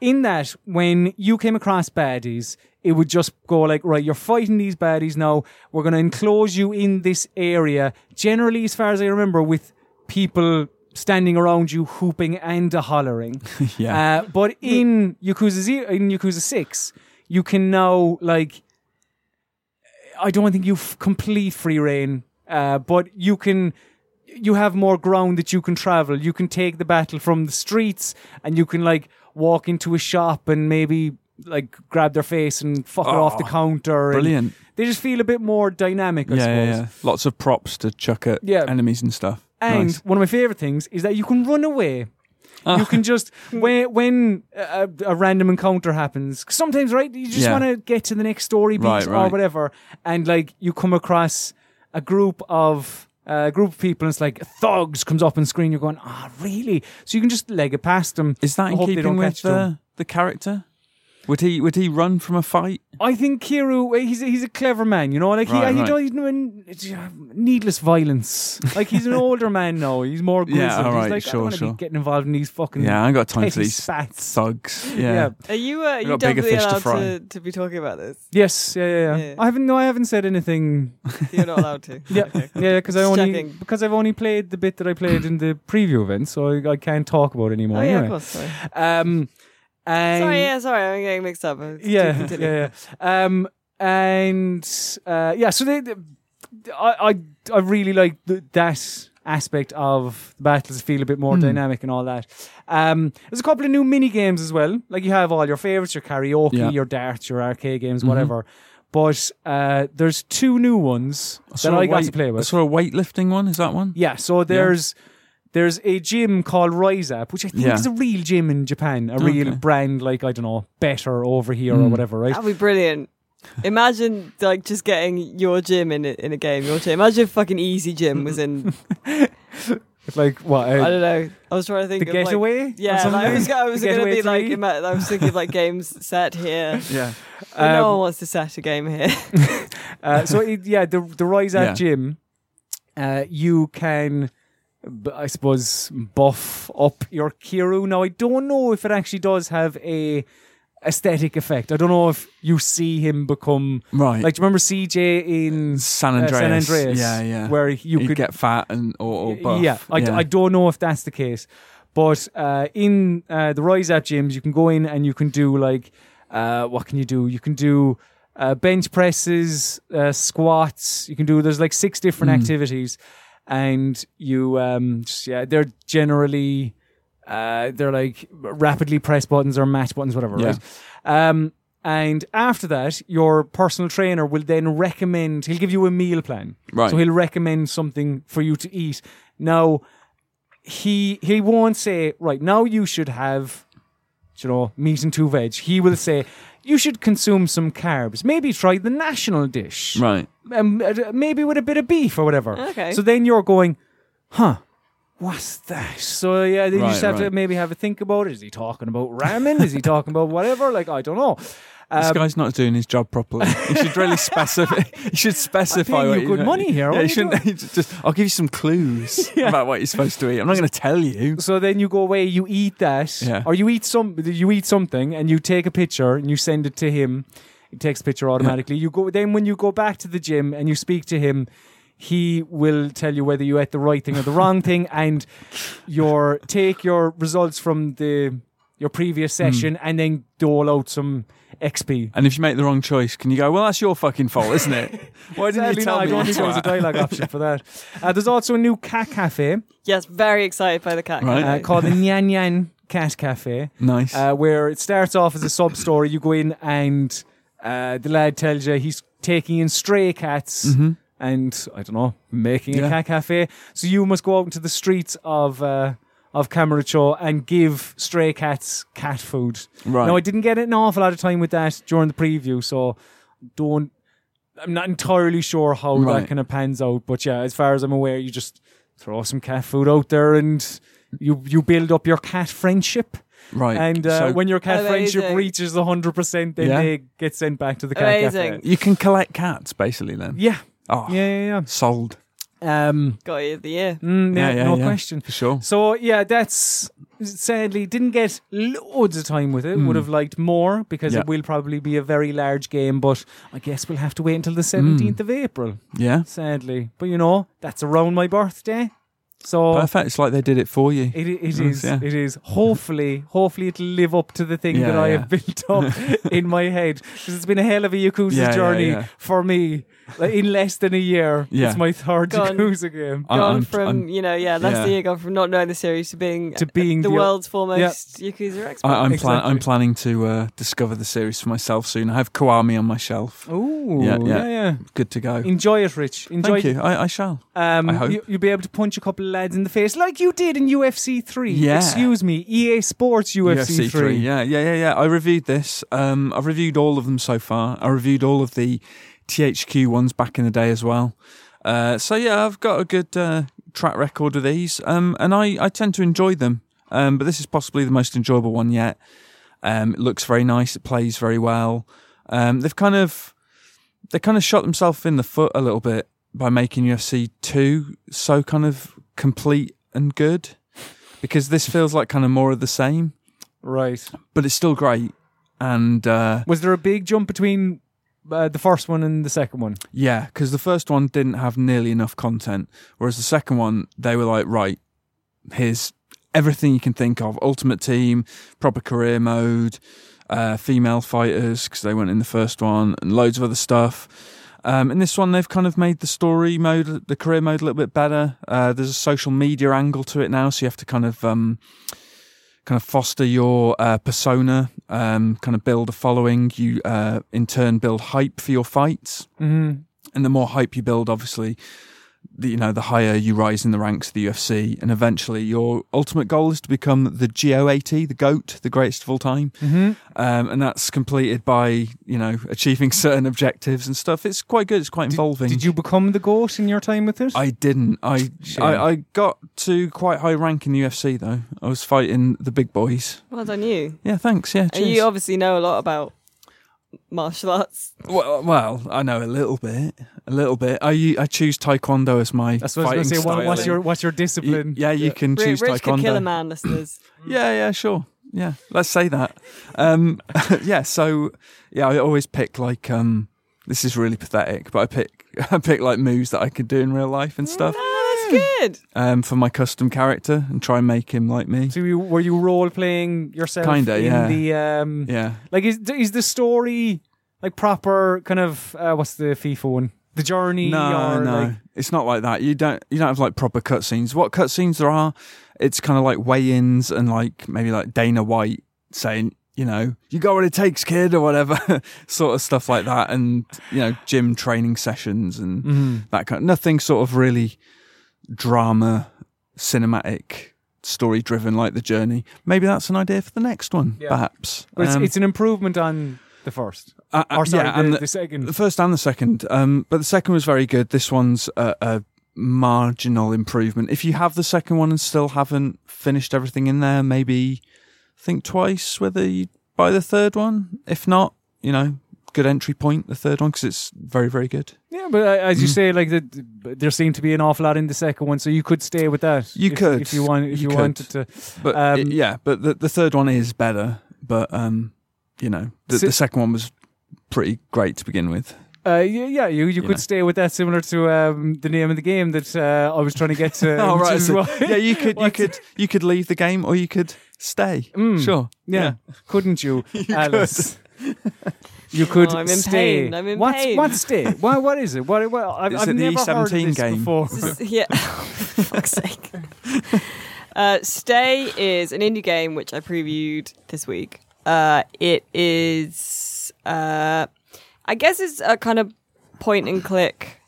In that, when you came across baddies, it would just go like, right, you're fighting these baddies now. We're going to enclose you in this area. Generally, as far as I remember, with people standing around you hooping and hollering. Yeah. Uh, but in Yakuza Zero, in Yakuza Six, you can now like. I don't think you've complete free reign, uh, but you can. You have more ground that you can travel. You can take the battle from the streets, and you can like walk into a shop and maybe like grab their face and fuck it off the Oh, counter. and brilliant. They just feel a bit more dynamic, I yeah, suppose. yeah, yeah. Lots of props to chuck at Yeah. enemies and stuff. And Nice. Ah. one of my favorite things is that you can run away. You can just when when a, a random encounter happens. 'cause Sometimes, right? You just Yeah. want to get to the next story beat Right, or right. whatever, and like you come across a group of a group of people, and it's like thugs comes up on screen. You're going, ah, really? So you can just leg it past them. Is that in hope they keeping don't with catch them. the, the character? Would he would he run from a fight? I think Kiru, eh, he's a, he's a clever man, you know. Like Right, he, right. he don't he's no- needless violence. Like he's an older man now. He's more grizzled. Yeah, all he's right, like, I sure, don't wanna sure. be getting involved in these fucking Yeah, I ain't got time for petty these spats. thugs. Yeah. Yeah. Are you, uh, are you got bigger definitely fish to allowed fry. to, to, be talking about this? Yes, yeah, yeah, yeah. Yeah. I haven't. No, I haven't said anything. You're not allowed to. Yeah, Okay. yeah, because I Just only checking. because I've only played the bit that I played in the preview event, so I, I can't talk about it anymore. Oh, yeah, of anyway. course. Sorry. Um, and sorry, yeah, sorry. I'm getting mixed up. yeah, Continue. yeah, yeah. Um, and uh, yeah, so they, they- I, I, I really like th- that aspect of the battles feel a bit Hmm. more dynamic and all that. Um, there's a couple of new mini games as well. Like you have all your favorites, your karaoke, Yeah. Mm-hmm. your darts, your arcade games, whatever. But uh, there's two new ones that saw I a got weight- to play with. I saw a weightlifting one. Is that one? Yeah, so there's there's a gym called Rise Up, which I think Yeah. is a real gym in Japan, a real Okay. Hmm. brand like I don't know, better over here or whatever, right? That'd be brilliant. Imagine like just getting your gym in a, in a game. Your gym. Imagine if fucking Easy Gym was in. Like what? uh, I don't know. I was trying to think. the of, like- getaway? yeah, like, I was, go- I was The gonna Getaway be like, three? ima- I was thinking of, like games set here. Yeah. But Um, no one wants to set a game here. Uh, so it, yeah, the the Rise Up Yeah. gym, uh, you can, b- I suppose, buff up your Kiru. Now I don't know if it actually does have a aesthetic effect. I don't know if you see him become Right. like. Do you remember CJ in San uh, Andreas. San Andreas? Yeah, yeah. Where you He'd could get fat and or, or buff. Yeah, I, I don't know if that's the case, but uh, in uh, the Rise Up gyms, you can go in and you can do like, uh, what can you do? You can do uh, bench presses, uh, squats. You can do there's like six different activities, and you um, just, yeah, they're generally. Uh, they're like rapidly press buttons or match buttons, whatever, Yeah. right? Um, and after that, your personal trainer will then recommend, he'll give you a meal plan. Right. So he'll recommend something for you to eat. Now, he he won't say, right, now you should have, you know, meat and two veg. He will say, you should consume some carbs. Maybe try the national dish. Right. Um, uh, maybe with a bit of beef or whatever. Okay. So then you're going, huh, what's that? So yeah, then you Right, just have to right. maybe have a think about it. Is he talking about ramen? Is he talking about whatever? Like, I don't know. Um, This guy's not doing his job properly. He should really specify. He should specify. you what he- good money here. What Yeah, are he you shouldn't. he just, I'll give you some clues about what you're supposed to eat. I'm not going to tell you. So then you go away, you eat that, Yeah. or you eat some, you eat something, and you take a picture and you send it to him. He takes a picture automatically. You go then when you go back to the gym and you speak to him, he will tell you whether you ate the right thing or the wrong thing, and your take your results from the your previous session and then dole out some XP. And if Hmm. Uh, you make the wrong choice, can you go? Well, that's your fucking fault, isn't it? Why didn't Sadly, you tell no, I me? don't you think there's a twat? dialogue option for that. Uh, there's also a new cat cafe yes, very excited by the cat. Right. uh, cafe. called the Nyan Nyan Cat Cafe. Nice. uh, where it starts off as a sub story. You go in and uh, the lad tells you he's taking in stray cats and I don't know making a Mm-hmm. Yeah. cat cafe. So you must go out into the streets of uh, of Camarucho and give stray cats cat food. Right. Now I didn't get an awful lot of time with that during the preview, so don't. I'm not entirely sure how that Right. kind of pans out, but yeah, as far as I'm aware, you just throw some cat food out there and you you build up your cat friendship. right. And uh, So when your cat friendship Amazing. reaches 100%, then Yeah. they get sent back to the cat Amazing. cafe. you can collect cats, basically, then. Yeah. Oh, Yeah, yeah, yeah. sold. Um, Guy of the year. mm, yeah, Yeah, yeah, no yeah. question. for sure. So yeah, that's sadly didn't get loads of time with it. Would have liked more because Hmm. Yeah. it will probably be a very large game, but I guess we'll have to wait until the seventeenth Hmm. of April. Yeah, Sadly, but you know that's around my birthday, so perfect. It's like they did it for you. it, it Yes, is. yeah. It is. Hopefully, hopefully it'll live up to the thing Yeah, that I yeah. have built up in my head because it's been a hell of a Yakuza Yeah, yeah, journey yeah. for me. Like, in less than a year, Yeah. it's my third Gone. Yakuza game. I'm- gone I'm- from I'm- you know yeah last Yeah. year gone from not knowing the series to being To being the, the- world's foremost yakuza expert. I, I'm, plan- Exactly. I'm planning to uh, discover the series for myself soon. I have Koami on my shelf. Ooh, Uh, Yeah, yeah. yeah, yeah. Good to go. Enjoy it, Rich. Enjoy Thank you. I, I shall. Um, I hope. You, you'll be able to punch a couple of lads in the face like you did in UFC 3. Yeah. Excuse me, EA Sports UFC, 3. Yeah, yeah, yeah, yeah. I reviewed this. Um, I've reviewed all of them so far. I reviewed all of the THQ ones back in the day as well. Uh, so yeah, I've got a good uh, track record of these, um, and I, I tend to enjoy them. Um, but this is possibly the most enjoyable one yet. Um, it looks very nice. It plays very well. Um, they've kind of they kind of shot themselves in the foot a little bit by making UFC two so kind of complete and good because this feels like kind of more of the same Right. but it's still great. And uh, Was there a big jump between uh, the first one and the second one? yeah, because the first one didn't have nearly enough content, whereas the second one they were like, right, here's everything you can think of: Ultimate Team, proper career mode, uh, female fighters because they went in the first one, and loads of other stuff. Um, in this one, they've kind of made the story mode, the career mode, a little bit better. Uh, there's a social media angle to it now, so you have to kind of um, kind of foster your uh, persona, um, kind of build a following. You uh, in turn build hype for your fights, Mm-hmm. and the more hype you build, obviously, the, you know the higher you rise in the ranks of the UFC, and eventually your ultimate goal is to become the GOAT, the goat, the greatest of all time, Mm-hmm. um, and that's completed by you know achieving certain objectives and stuff. It's quite good. It's quite involving. Did you become the goat in your time with it? I didn't. I, Shame. I I got to quite high rank in the UFC though. I was fighting the big boys. well done you. Yeah, thanks. Yeah, And cheers. you obviously know a lot about martial arts. Well, well, I know a little bit, a little bit. I u- I choose taekwondo as my That's what I fighting was going to say. What, style. what's your You- what's your discipline? yeah, you can Ri- choose Rich could kill a taekwondo. man, listeners. Yeah, yeah, sure. Yeah, let's say that. Um, yeah, so yeah, I always pick like um, this is really pathetic, but I pick I pick like moves that I could do in real life and stuff No, Oh, that's good. um, for my custom character and try and make him like me. So you, were you role playing yourself? Kinda, in yeah. The um, Yeah, like is is the story like proper kind of uh, what's the FIFA one? The journey? no, or no, Like, it's not like that. You don't you don't have like proper cutscenes. What cutscenes there are, it's kind of like weigh-ins and like maybe like Dana White saying, you know, you got what it takes, kid, or whatever, sort of stuff like that, and you know, gym training sessions Mm. and mm-hmm. that kind. nothing sort of really drama, cinematic, story driven like the journey. Maybe that's an idea for the next one, Yeah. perhaps. but it's, Um, it's an improvement on the first. uh, uh, Or sorry, yeah, the, and the second. the first and the second. Um, but the second was very good. This one's a, a marginal improvement. If you have the second one and still haven't finished everything in there, maybe think twice whether you buy the third one. If not, you know, good entry point the third one because it's very very good. Yeah, but uh, as you mm-hmm. say, like the, there seemed to be an awful lot in the second one, so you could stay with that. You if, could. if you want, if You you, could. wanted to. But Um, it- yeah, but the, the third one is better. But um, you know, the, So- the second one was pretty great to begin with. Uh, yeah, yeah, you, you You could know. stay with that, similar to um, the name of the game that uh, I was trying to get to. Oh, which right, is so- why- yeah, you could you what's- could you could leave the game or you could stay. Mm. Sure. Yeah, couldn't you, Alice? You could Oh, I'm in stay. pain, I'm in What's- pain. What stay? Why? What is it? What? what I've, Is I've it the never heard of E17 this game? before. E This is- yeah. For fuck's sake. Uh, Stay is an indie game which I previewed this week. Uh, it is, uh, I guess, it's a kind of point and click.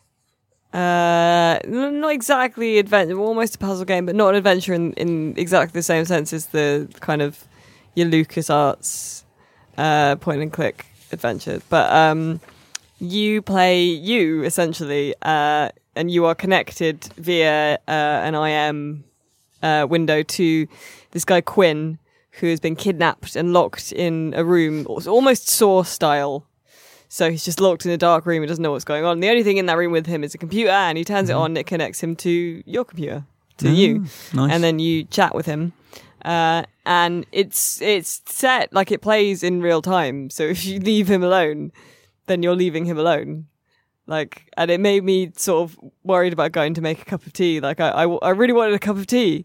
Uh, n- not exactly adventure, almost a puzzle game, but not an adventure in, in exactly the same sense as the kind of your LucasArts uh, point and click adventure. But um, you play you essentially, uh, and you are connected via uh, an IM uh, window to this guy Quinn, who has been kidnapped and locked in a room, al- almost Saw style. So he's just locked in a dark room and doesn't know what's going on. The only thing in that room with him is a computer, and he turns it on. It connects him to your computer, to Mm. you, Ah, nice. and then you chat with him. Uh, and it's it's set like it plays in real time. So if you leave him alone, then you're leaving him alone. Like, and it made me sort of worried about going to make a cup of tea. Like, I, I w- I really wanted a cup of tea,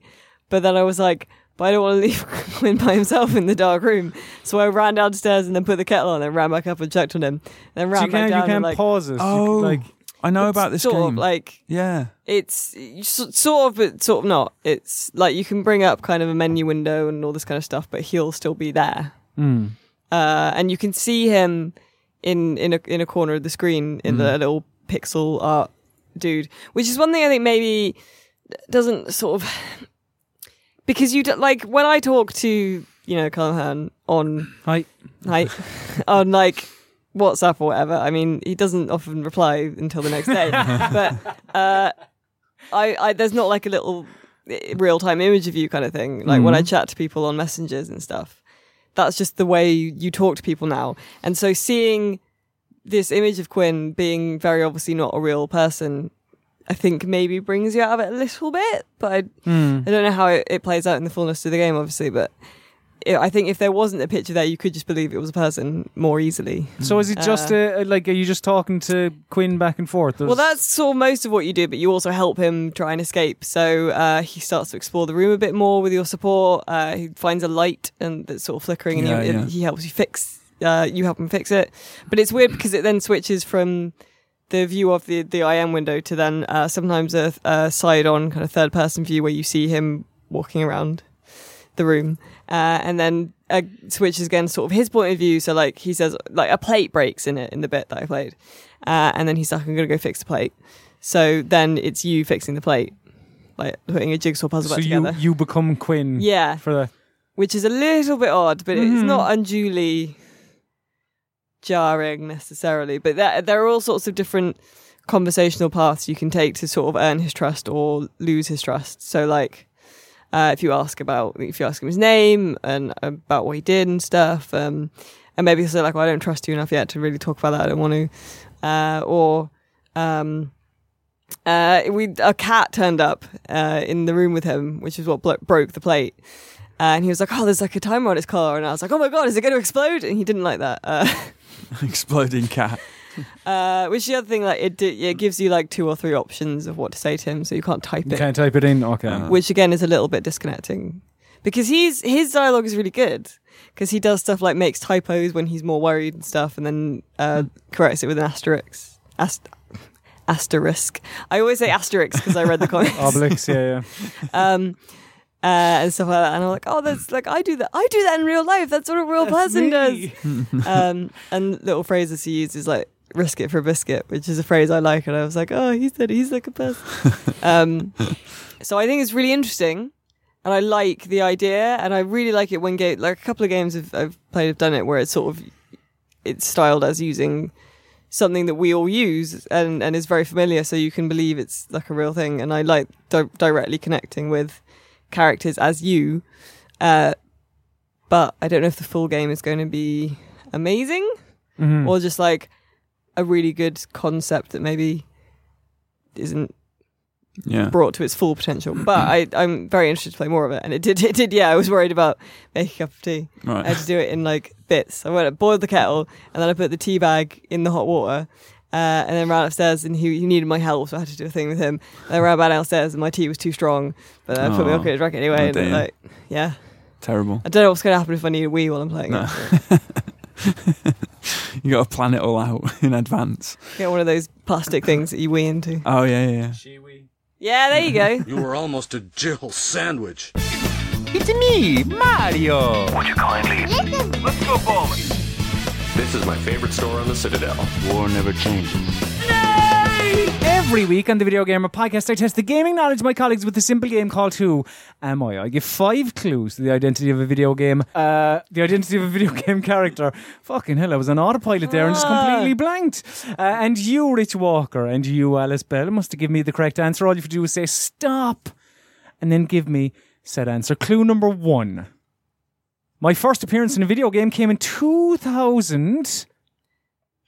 but then I was like, but I don't want to leave Quinn by himself in the dark room. So I ran downstairs and then put the kettle on and ran back up and checked on him. Then ran So you back can down you can and like, pause it. Oh, like I know about this sort game. of like yeah, it's you s- sort of but sort of not. It's like you can bring up kind of a menu window and all this kind of stuff, but he'll still be there. Uh, and you can see him in in a in a corner of the screen in the little pixel art dude, which is one thing I think maybe doesn't sort of because you don't, like when I talk to you know Callahan on hi. like on like WhatsApp or whatever. I mean, he doesn't often reply until the next day, but uh, I, I there's not like a little real time image of you kind of thing. Like when I chat to people on messengers and stuff, that's just the way you, you talk to people now. And so seeing this image of Quinn being very obviously not a real person. I think maybe brings you out of it a little bit, but I, hmm. I don't know how it, it plays out in the fullness of the game, obviously. But it, I think if there wasn't a picture there, you could just believe it was a person more easily. So is it just a, like are you just talking to Quinn back and forth? Uh. Well, that's sort of most of what you do, but you also help him try and escape. So uh, he starts to explore the room a bit more with your support. Uh, he finds a light and that's sort of flickering, and Yeah, you, yeah. he helps you fix. Uh, you help him fix it, but it's weird because it then switches from the view of the the IM window to then uh, sometimes a, a side on kind of third person view where you see him walking around the room, uh, and then uh, switches again to sort of his point of view. So like he says, like a plate breaks in it in the bit that I played, uh, and then he's like, I'm gonna go fix the plate. So then it's you fixing the plate, like putting a jigsaw puzzle so back you together. you become Quinn. yeah, For the which is a little bit odd, but it's Mhm. not unduly jarring necessarily. But there, there are all sorts of different conversational paths you can take to sort of earn his trust or lose his trust. So, like, uh, if you ask about, if you ask him his name and about what he did and stuff, um, and maybe he'll say, like, well, I don't trust you enough yet to really talk about that, I don't want to. Uh, or, um, uh, we a cat turned up uh, in the room with him, which is what blo- broke the plate. And he was like, "Oh, there's like a timer on his car," and I was like, "Oh my god, is it going to explode?" And he didn't like that. Uh, exploding cat. uh, which is the other thing, like, it di- it gives you like two or three options of what to say to him, so you can't type you it, can't type it in. Okay. Uh, which again is a little bit disconnecting because he's his dialogue is really good because he does stuff like makes typos when he's more worried and stuff, and then uh, corrects it with an asterisk. Ast- asterisk. I always say asterisk because I read the comments. Obelix, yeah, um, uh, and stuff like that. And I'm like, oh, that's like I do that. I do that in real life. That's what a real person does. yeah. Um, and little phrases he uses like risk it for a biscuit, which is a phrase I like. And I was like, oh, he said he's like a person. um, so I think it's really interesting. And I like the idea, and I really like it when game like a couple of games I've, I've played have done it where it's sort of it's styled as using something that we all use and, and is very familiar, so you can believe it's like a real thing. And I like di- directly connecting with characters as you. Uh, but I don't know if the full game is going to be amazing Hmm. Mhm. or just like a really good concept that maybe isn't Yeah, brought to its full potential. But I, I'm very interested to play more of it. And it did, it did. Yeah, I was worried about making a cup of tea. I right. had to do it in like bits. I went and boiled the kettle, and then I put the tea bag in the hot water, uh, and then ran upstairs, and he, he needed my help, so I had to do a thing with him. Then I ran back downstairs, and my tea was too strong, but I put my Aw. milk in a drink anyway. Oh, and damn. like, yeah, Terrible. I don't know what's going to happen if I need a wee while I'm playing. No. it. You got to plan it all out in advance. Get one of those plastic things that you wee into. Oh yeah, yeah. yeah. Yeah, there you go. You were almost a Jill sandwich. It's me, Mario. Would you kindly listen? Let's go bowling. This is my favorite store on the Citadel. War never changes. Every week on the Video Gamer Podcast, I test the gaming knowledge of my colleagues with a simple game called Who Am I? I give five clues to the identity of a video game, uh, the identity of a video game character. Fucking hell, I was on autopilot there and just Ah. completely blanked. Uh, and you, Rich Walker, and you, Alice Bell, must have given me the correct answer. All you have to do is say stop and then give me said answer. Clue number one. My first appearance in a video game came in 2000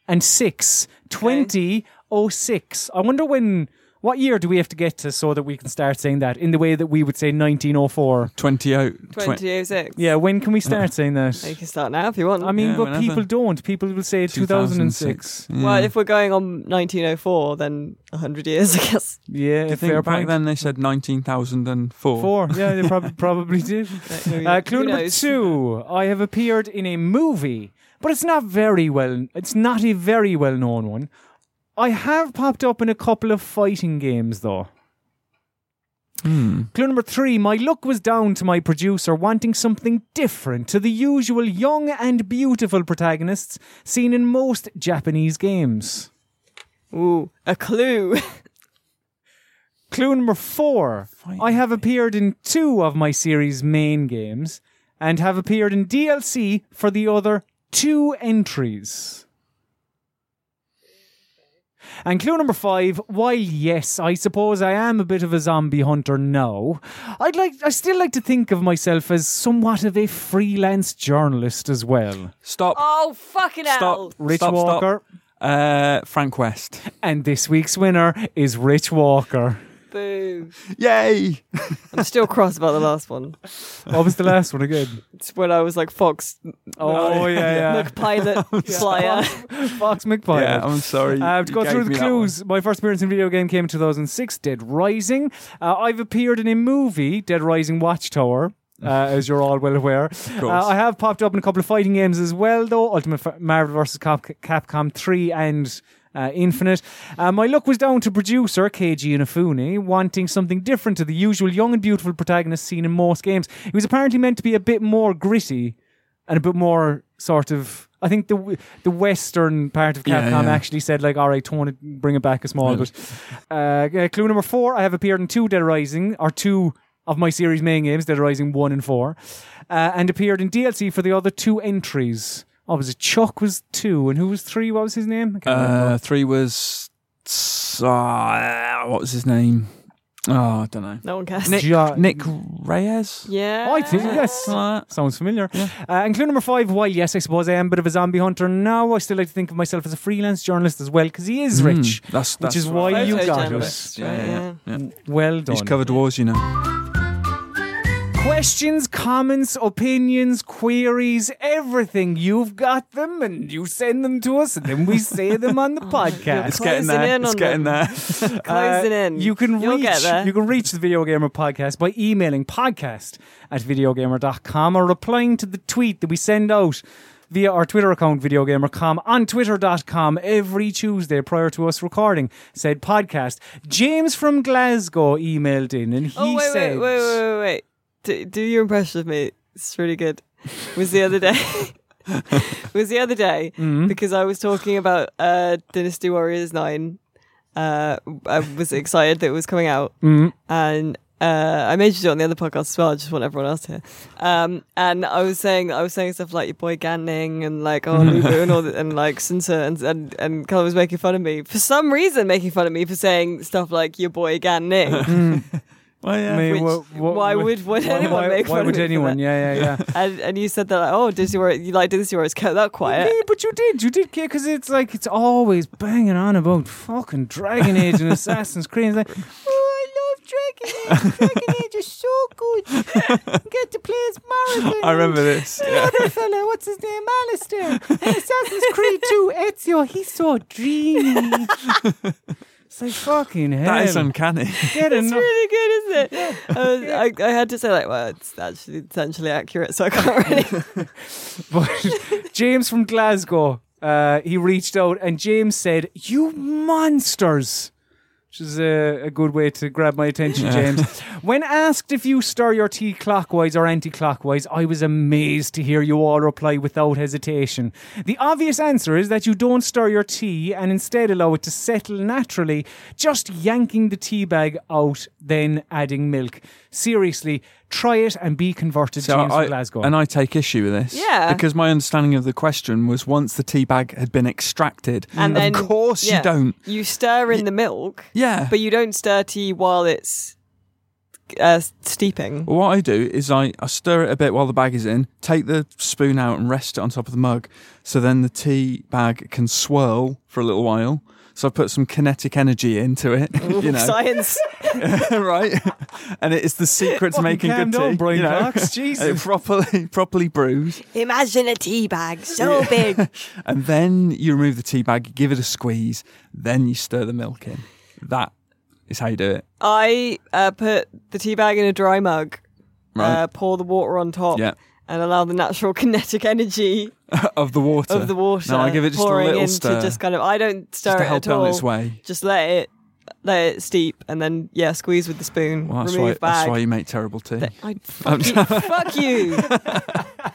and six. 2006. I wonder when. What year do we have to get to so that we can start saying that in the way that we would say 1904? 28. twen- 2006. Yeah, when can we start saying You that? oh can start now if you want. I mean, Yeah, but whenever. people don't. People will say 2006. 2006. mm. well, if we're going on 1904, then 100 years, I guess. Yeah, I if think they're back then they said 19,004. Four. Yeah, they prob- probably did. who- Uh, clue who number knows? two. I have appeared in a movie, but it's not very well. It's not a very well known one. I have popped up in a couple of fighting games though. Clue number three. My luck was down to my producer wanting something different to the usual young and beautiful protagonists seen in most Japanese games. Ooh, a clue. Clue number four. I have appeared in two of my series' main games and have appeared in DLC for the other two entries. And clue number five, while yes, I suppose I am a bit of a zombie hunter now, I'd like I still like to think of myself as somewhat of a freelance journalist as well. Stop. oh, fucking hell. Stop. Rich Stop, stop. Walker. Uh, Frank West. And this week's winner is Rich Walker. Boo. Yay! I'm still cross about the last one. What was the last one again? It's when I was like Fox Oh yeah, pilot flyer. yeah. Fox McPilot. Yeah, I'm sorry. Uh, to you go through gave the me that clues, my first appearance in video game came in 2006, Dead Rising. Uh, I've appeared in a movie, Dead Rising Watchtower. Uh, as you're all well aware, uh, course. I have popped up in a couple of fighting games as well, though Ultimate F- Marvel vs. Cap- Capcom 3 and uh, Infinite. Uh, my luck was down to producer KG Inafune wanting something different to the usual young and beautiful protagonist seen in most games. It was apparently meant to be a bit more gritty and a bit more sort of. I think the w- the western part of Yeah, Capcom yeah. actually said like, "All right, tone it, bring it back a small bit." Uh, uh, clue number four: I have appeared in two Dead Rising or two of my series main games, Dead Rising one and four, uh, and appeared in DLC for the other two entries. Oh, was it Chuck was two and who was three? What was his name? I can't remember. Uh, three was. Uh, what was his name? Oh, I don't know. No one cares. Nick, Ja- Nick Reyes? Yeah. Oh, I think yes. Uh, Sounds familiar. Uh, and clue number five, while yes, I suppose I am a bit of a zombie hunter now, I still like to think of myself as a freelance journalist as well, because he Mm. is rich. Hmm. that's, that's Which is right. why you Photo got us. journalist, Yeah, right, yeah, yeah. Well done. He's covered wars, you know. Questions, comments, opinions, queries, everything. You've got them and you send them to us and then we say them on the podcast. It's getting Closing there. in It's on getting them. there. Closing Uh, in. You can You'll reach get there. you can reach the Video Gamer podcast by emailing podcast at videogamer.com or replying to the tweet that we send out via our Twitter account videogamer.com on twitter.com every Tuesday prior to us recording said podcast. James from Glasgow emailed in and he oh, wait, said wait, wait, wait, wait, wait. Do, do your impression of me. It's really good. It was the other day. It was the other day Mm-hmm. because I was talking about uh, Dynasty Warriors 9. Uh, I was excited that it was coming out. Mm-hmm. And uh, I made you do it on the other podcast as well. I just want everyone else here. Um, and I was saying, I was saying stuff like your boy Ganning and like oh Lubu and all that, and like Sinsa and and and Colin was making fun of me for some reason, making fun of me for saying stuff like your boy Ganning. well, Oh, yeah. May- Which- wha- wha- why wha- would- would why- anyone why- make why fun of would me for anyone? that? Yeah, yeah, yeah. and and you said that like, oh Disney World you like Disney World kept that quiet. Yeah, but you did, you did, because it's like it's always banging on about fucking Dragon Age and Assassin's Creed. It's like, oh, I love Dragon Age. Dragon Age is so good. Get to play as Morrigan. I remember this. The other fella, what's his name? Alistair. Assassin's Creed 2, Ezio, he's so dreamy. It's like fucking hell. That is uncanny. Get It's eno- really good, isn't it? I, was, I, I had to say like, well, it's actually essentially accurate, so I can't really. But James from Glasgow, uh, he reached out and James said, You monsters. Which is a, a good way to grab my attention, James. when asked if you stir your tea clockwise or anti clockwise, I was amazed to hear you all reply without hesitation. The obvious answer is that you don't stir your tea and instead allow it to settle naturally, just yanking the tea bag out, then adding milk. Seriously, try it and be converted, So James I- from Glasgow. And I take issue with this. Yeah. Because my understanding of the question was once the tea bag had been extracted, And of then, course yeah, you don't. You stir in the milk, Yeah. but you don't stir tea while it's uh, steeping. Well, what I do is I, I stir it a bit while the bag is in, take the spoon out and rest it on top of the mug. So then the tea bag can swirl for a little while. So I put some kinetic energy into it, you know, Science. right? And it is the secret to Fucking making calm good down, tea. brain you know? box, Jesus. It properly, properly brews. Imagine a tea bag so big. And then you remove the tea bag, give it a squeeze, then you stir the milk in. That is how you do it, I uh, put the tea bag in a dry mug, right? uh, pour the water on top, Yeah. and allow the natural kinetic energy of the water. of the water. No, I give it just a pouring little into stir. Just kind of, I don't stir just to it help at all. on its way. Just let it let it steep, and then yeah, squeeze with the spoon. Well, that's, why, remove bag. that's why you make terrible tea. I, fuck, you, fuck you.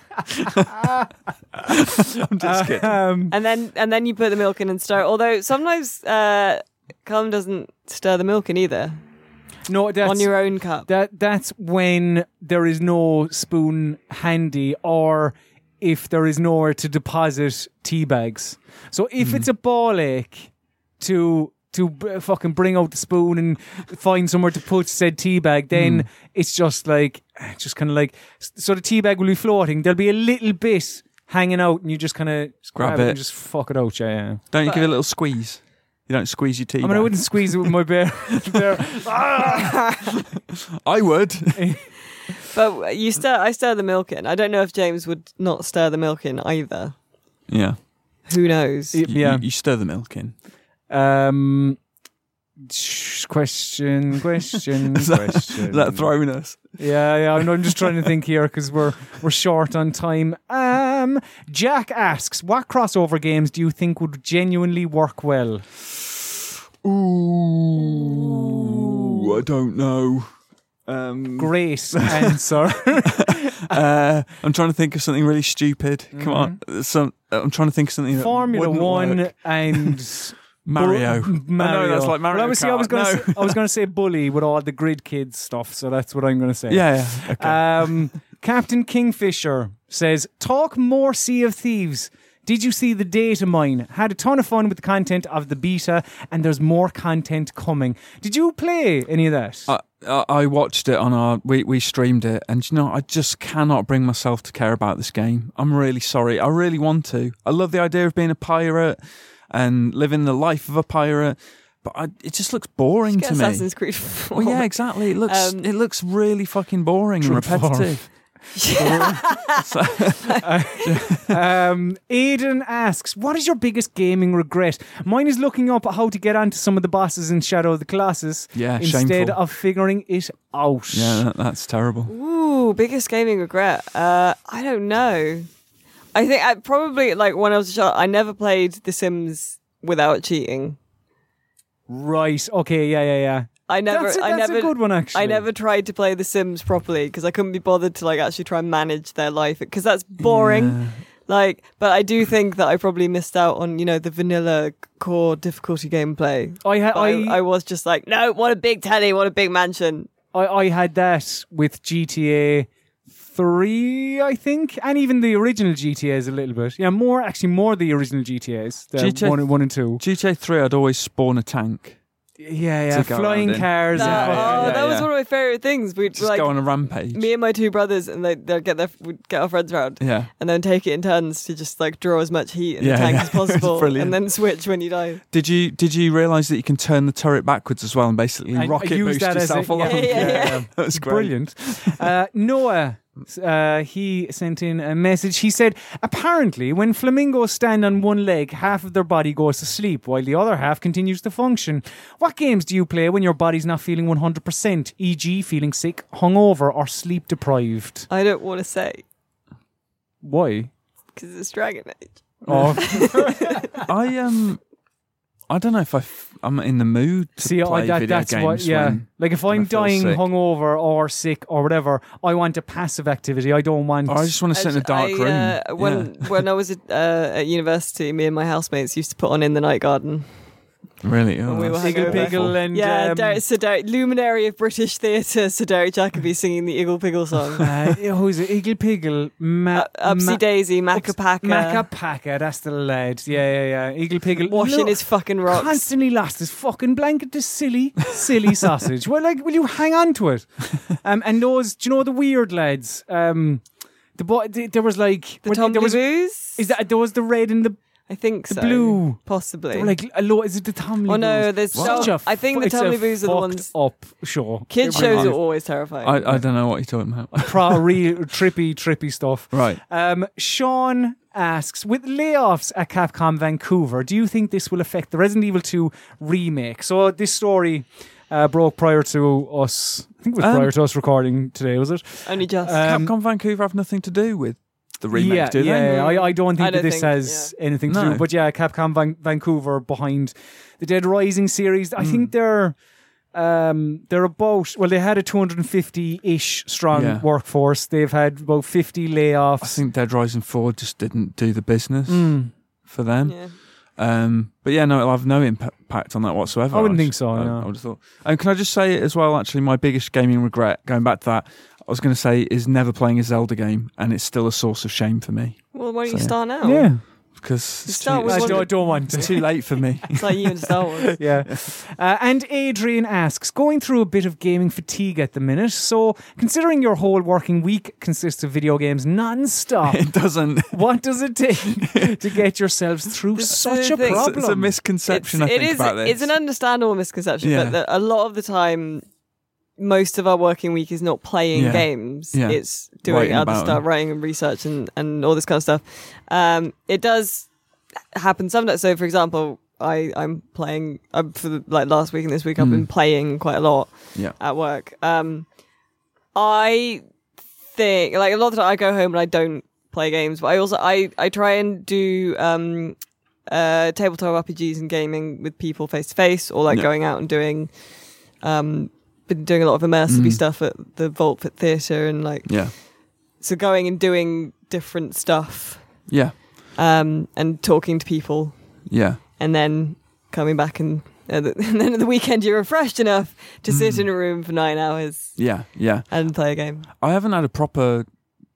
I'm just kidding. And then and then you put the milk in and stir. it. Although sometimes uh, Callum doesn't stir the milk in either No, that's, on your own cup. That that's when there is no spoon handy, or if there is nowhere to deposit tea bags. So if it's a ball ache to to b- fucking bring out the spoon and find somewhere to put said tea bag, then it's just like just kind of like so the tea bag will be floating. There'll be a little bit hanging out, and you just kind of grab grab it it. and just fuck it out. Yeah, yeah. Don't you give it a little squeeze? You don't squeeze your tea. I mean, I bag. wouldn't squeeze it with my bare. bare I would. But you stir. I stir the milk in. I don't know if James would not stir the milk in either. yeah. Who knows? You, yeah. You, you stir the milk in. Um, sh- question, question, Is that, question. is that throwing us? yeah, yeah. I'm, I'm just trying to think here because we're we're short on time. Um, Jack asks, what crossover games do you think would genuinely work well? Ooh, I don't know. Um, Great answer. uh, I'm trying to think of something really stupid. Come on, some. I'm trying to think of something. that Formula wouldn't One work. and Mario. Bu- Mario. I know that's like Mario. But I was, I was Kart. gonna, No. say, I was gonna say bully with all the grid kids stuff. So that's what I'm gonna say. yeah. yeah. Okay. Um, Captain Kingfisher says, "Talk more Sea of Thieves. Did you see the data mine? Had a ton of fun with the content of the beta, and there's more content coming. Did you play any of that? I, I I watched it on our we, we streamed it and you know I just cannot bring myself to care about this game. I'm really sorry. I really want to. I love the idea of being a pirate and living the life of a pirate, but I, it just looks boring Get to me. Assassin's Creed 4. Well, yeah, exactly. It looks Um, it looks really fucking boring and True form. repetitive. Um, Aiden asks, "What is your biggest gaming regret? Mine is looking up how to get onto some of the bosses in Shadow of the Colossus Yeah, instead shameful. of figuring it out." Yeah, that, that's terrible. Ooh, biggest gaming regret. Uh, I don't know. I think I probably like when I was a child, I never played The Sims without cheating. Right. Okay. Yeah. Yeah. Yeah. I never. that's a, I that's never. a good one, actually. I never tried to play The Sims properly because I couldn't be bothered to like actually try and manage their life because that's boring. Like, but I do think that I probably missed out on you know the vanilla core difficulty gameplay. I, ha- But I, I, I was just like, no, what a big telly, what a big mansion. I, I had that with GTA three, I think, and even the original GTA's a little bit. Yeah, more actually, more the original GTA's, the GTA one, one and two. GTA 3 I'd always spawn a tank. yeah, yeah, To go flying around in. cars. That, and yeah, oh, yeah, that was yeah. one of my favorite things. We'd Just like go on a rampage. me and my two brothers, and they they get their we'd get our friends around. yeah. And then take it in turns to just like draw as much heat in Yeah, the tank yeah. as possible, Brilliant. and then switch when you die. Did you did you realize that you can turn the turret backwards as well and basically I- I rocket used boost that as yourself a- along? yeah, yeah, yeah. That's great. Brilliant. Uh, Noah, uh, he sent in a message. He said, apparently, when flamingos stand on one leg, half of their body goes to sleep while the other half continues to function. What games do you play when your body's not feeling 100%, e.g., e feeling sick, hungover, or sleep deprived? I don't want to say Why? because it's Dragon Age. Oh, I um, I don't know if I f- I'm in the mood to see, play I, that, video that's games. what, yeah. when- like, if when I I'm feel dying sick. hungover or sick or whatever, I want a passive activity. I don't want. or I just want to sit in a dark I, room. Uh, when Yeah. when I was at, uh, at university, me and my housemates used to put on in the night garden. Really? Oh, when we were that's- Eagle hungover. Piggle and yeah, um, Derek, Sir Derek, luminary of British theatre, Sir Derek Jacobi singing the Eagle Piggle song. uh, who's it? Eagle Piggle, Ma- Uh, Upsy Ma- Daisy, Macapaca, Macapaca, that's the lad. Yeah, yeah, yeah. Eagle Piggle. washing Look, his fucking rocks. Constantly lost his fucking blanket to silly, silly sausage. Well, like, will you hang on to it? Um, and those, do you know the weird lads? Um, the boy, th- there was like the when- Tom there was, Boos? is that there was the red and the, I think so. blue. possibly. they were like a low. Is it the Tom? Oh, no, there's such so- a I think the fu- it's a Tommy Boos are the fucked ones- up. Sure, Kid shows on. are always terrifying. I, I don't know what you're talking about. Pro- real trippy, trippy stuff. Right. Um, Sean asks, with layoffs at Capcom Vancouver, do you think this will affect the Resident Evil 2 remake? So this story uh, broke prior to us. I think it was Um, prior to us recording today, was it? Only just. Um, Capcom Vancouver have nothing to do with the remake, yeah, do they? yeah. I, I don't think I that don't this think- has anything to do. No. But yeah, Capcom Van- Vancouver behind the Dead Rising series. I Hmm. think they're um, they're about well, they had a 250 ish strong Yeah. workforce. They've had about 50 layoffs. I think Dead Rising 4 just didn't do the business Mm. for them. yeah. Um, but yeah, no, it'll have no impa- impact on that whatsoever. I wouldn't think just- so, I, no. I would have thought. And can I just say as well? Actually, my biggest gaming regret, going back to that, I was going to say is never playing a Zelda game, and it's still a source of shame for me Well, why don't you So, yeah. start now? Yeah, because it's, start too, with it's I one- too- don't, don't want it's to. too late for me. It's like you and Star Wars. Yeah. Uh, and Adrian asks, going through a bit of gaming fatigue at the minute. So, considering your whole working week consists of video games non-stop, it doesn't. what does it take to get yourselves through such a thing- It's, problem? it's a misconception. I It's- think it is- about this. It's an understandable misconception, Yeah. but the, a lot of the time, most of our working week is not playing Yeah. games. Yeah. It's doing Writing other about stuff, them. writing and research and, and all this kind of stuff. Um, it does happen sometimes. So, for example, I, I'm playing um, for the, like last week and this week, I've Hmm. been playing quite a lot yeah. at work. Um, I think like a lot of the time I go home and I don't play games, but I also I I try and do um uh tabletop RPGs and gaming with people face to face, or like Yeah. going out and doing um been doing a lot of immersive stuff at the Volpit Theatre and like Yeah. so going and doing different stuff Yeah. um and talking to people Yeah. and then coming back and. uh, the- And then at the weekend, you're refreshed enough to sit in a room for nine hours Yeah. Yeah. and play a game. I haven't had a proper,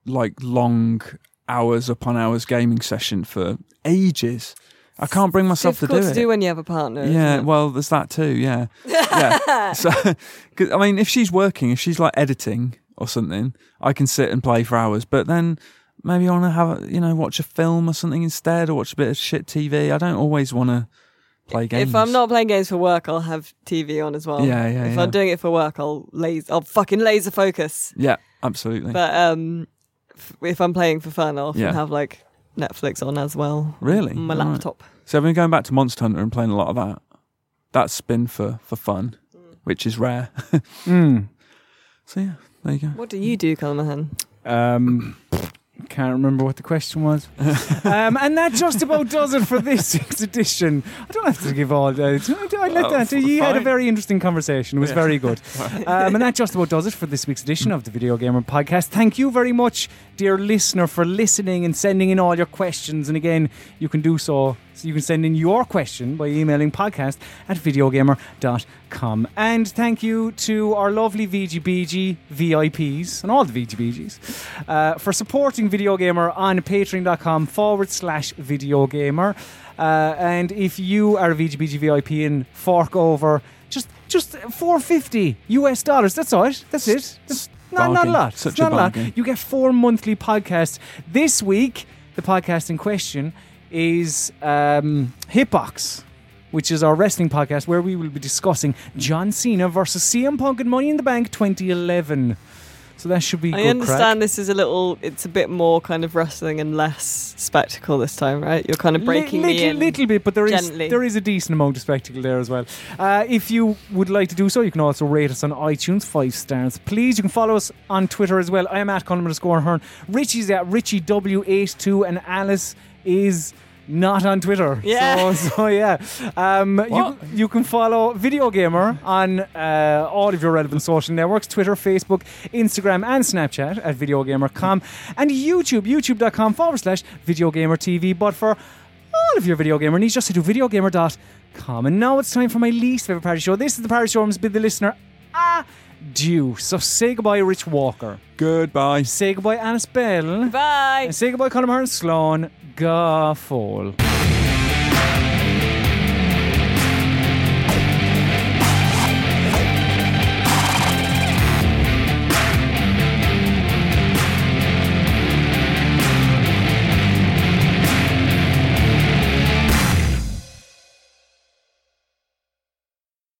like, long hours upon hours gaming session for ages. I can't bring myself to do difficult it. to do when you have a partner. isn't Yeah, it? well, there's that too. Yeah, yeah. So, 'cause, I mean, if she's working, if she's like editing or something, I can sit and play for hours. But then maybe I want to have, a, you know, watch a film or something instead, or watch a bit of shit TV. I don't always want to play games. If I'm not playing games for work, I'll have TV on as well. Yeah, yeah, If yeah. I'm doing it for work, I'll laser, I'll fucking laser focus. yeah, absolutely. But um, f- if I'm playing for fun, I'll often Yeah. have like Netflix on as well. really, on my All right. laptop. So I've been going back to Monster Hunter and playing a lot of that. That's been for for fun, which is rare. Mm. so yeah, there you go. What do you do, Callahan? Um, can't remember what the question was. um, and that just about does it for this week's edition. I don't have to give all that. I let Oh, that. You had a fine. very interesting conversation. It was Yeah. very good. Um, and that just about does it for this week's edition of the Video Gamer Podcast. Thank you very much, dear listener, for listening and sending in all your questions. And again, you can do so. So you can send in your question by emailing podcast at videogamer.com. And thank you to our lovely VGBG VIPs and all the VGBGs uh, for supporting Video Gamer on patreon.com forward slash video gamer. Uh, and if you are a VGBG VIP and fork over just just 450 US dollars, that's all it. That's it. That's not, not a bargain. lot. Such it's not a a lot. bargain. You get four monthly podcasts. This week, the podcast in question is um, Hitbox, which is our wrestling podcast where we will be discussing John Cena versus CM Punk and Money in the Bank 2011. So that should be. I good understand Crack. this is a little. It's a bit more kind of wrestling and less spectacle this time, right? You're kind of breaking Li- me little, in. little bit, but there is gently. there is a decent amount of spectacle there as well. Uh, if you would like to do so, you can also rate us on iTunes five stars, please. You can follow us on Twitter as well. I am at Colin underscore Hearn. Richie's at Richie W 82 and Alice is. Not on Twitter. Yeah. So, so yeah. Um, you, What? you can follow Video Gamer on uh, all of your relevant social networks Twitter, Facebook, Instagram, and Snapchat at VideoGamer.com and YouTube, youtube.com forward slash VideoGamer TV. But for all of your video gamer needs just to videogamer.com. And now it's time for my least favorite party show. This is the party show I'm bid the listener adieu. So say goodbye, Rich Walker. Goodbye. Say goodbye, Annis Bell. Bye. And say goodbye, Colin Martin Sloan. Gaffall.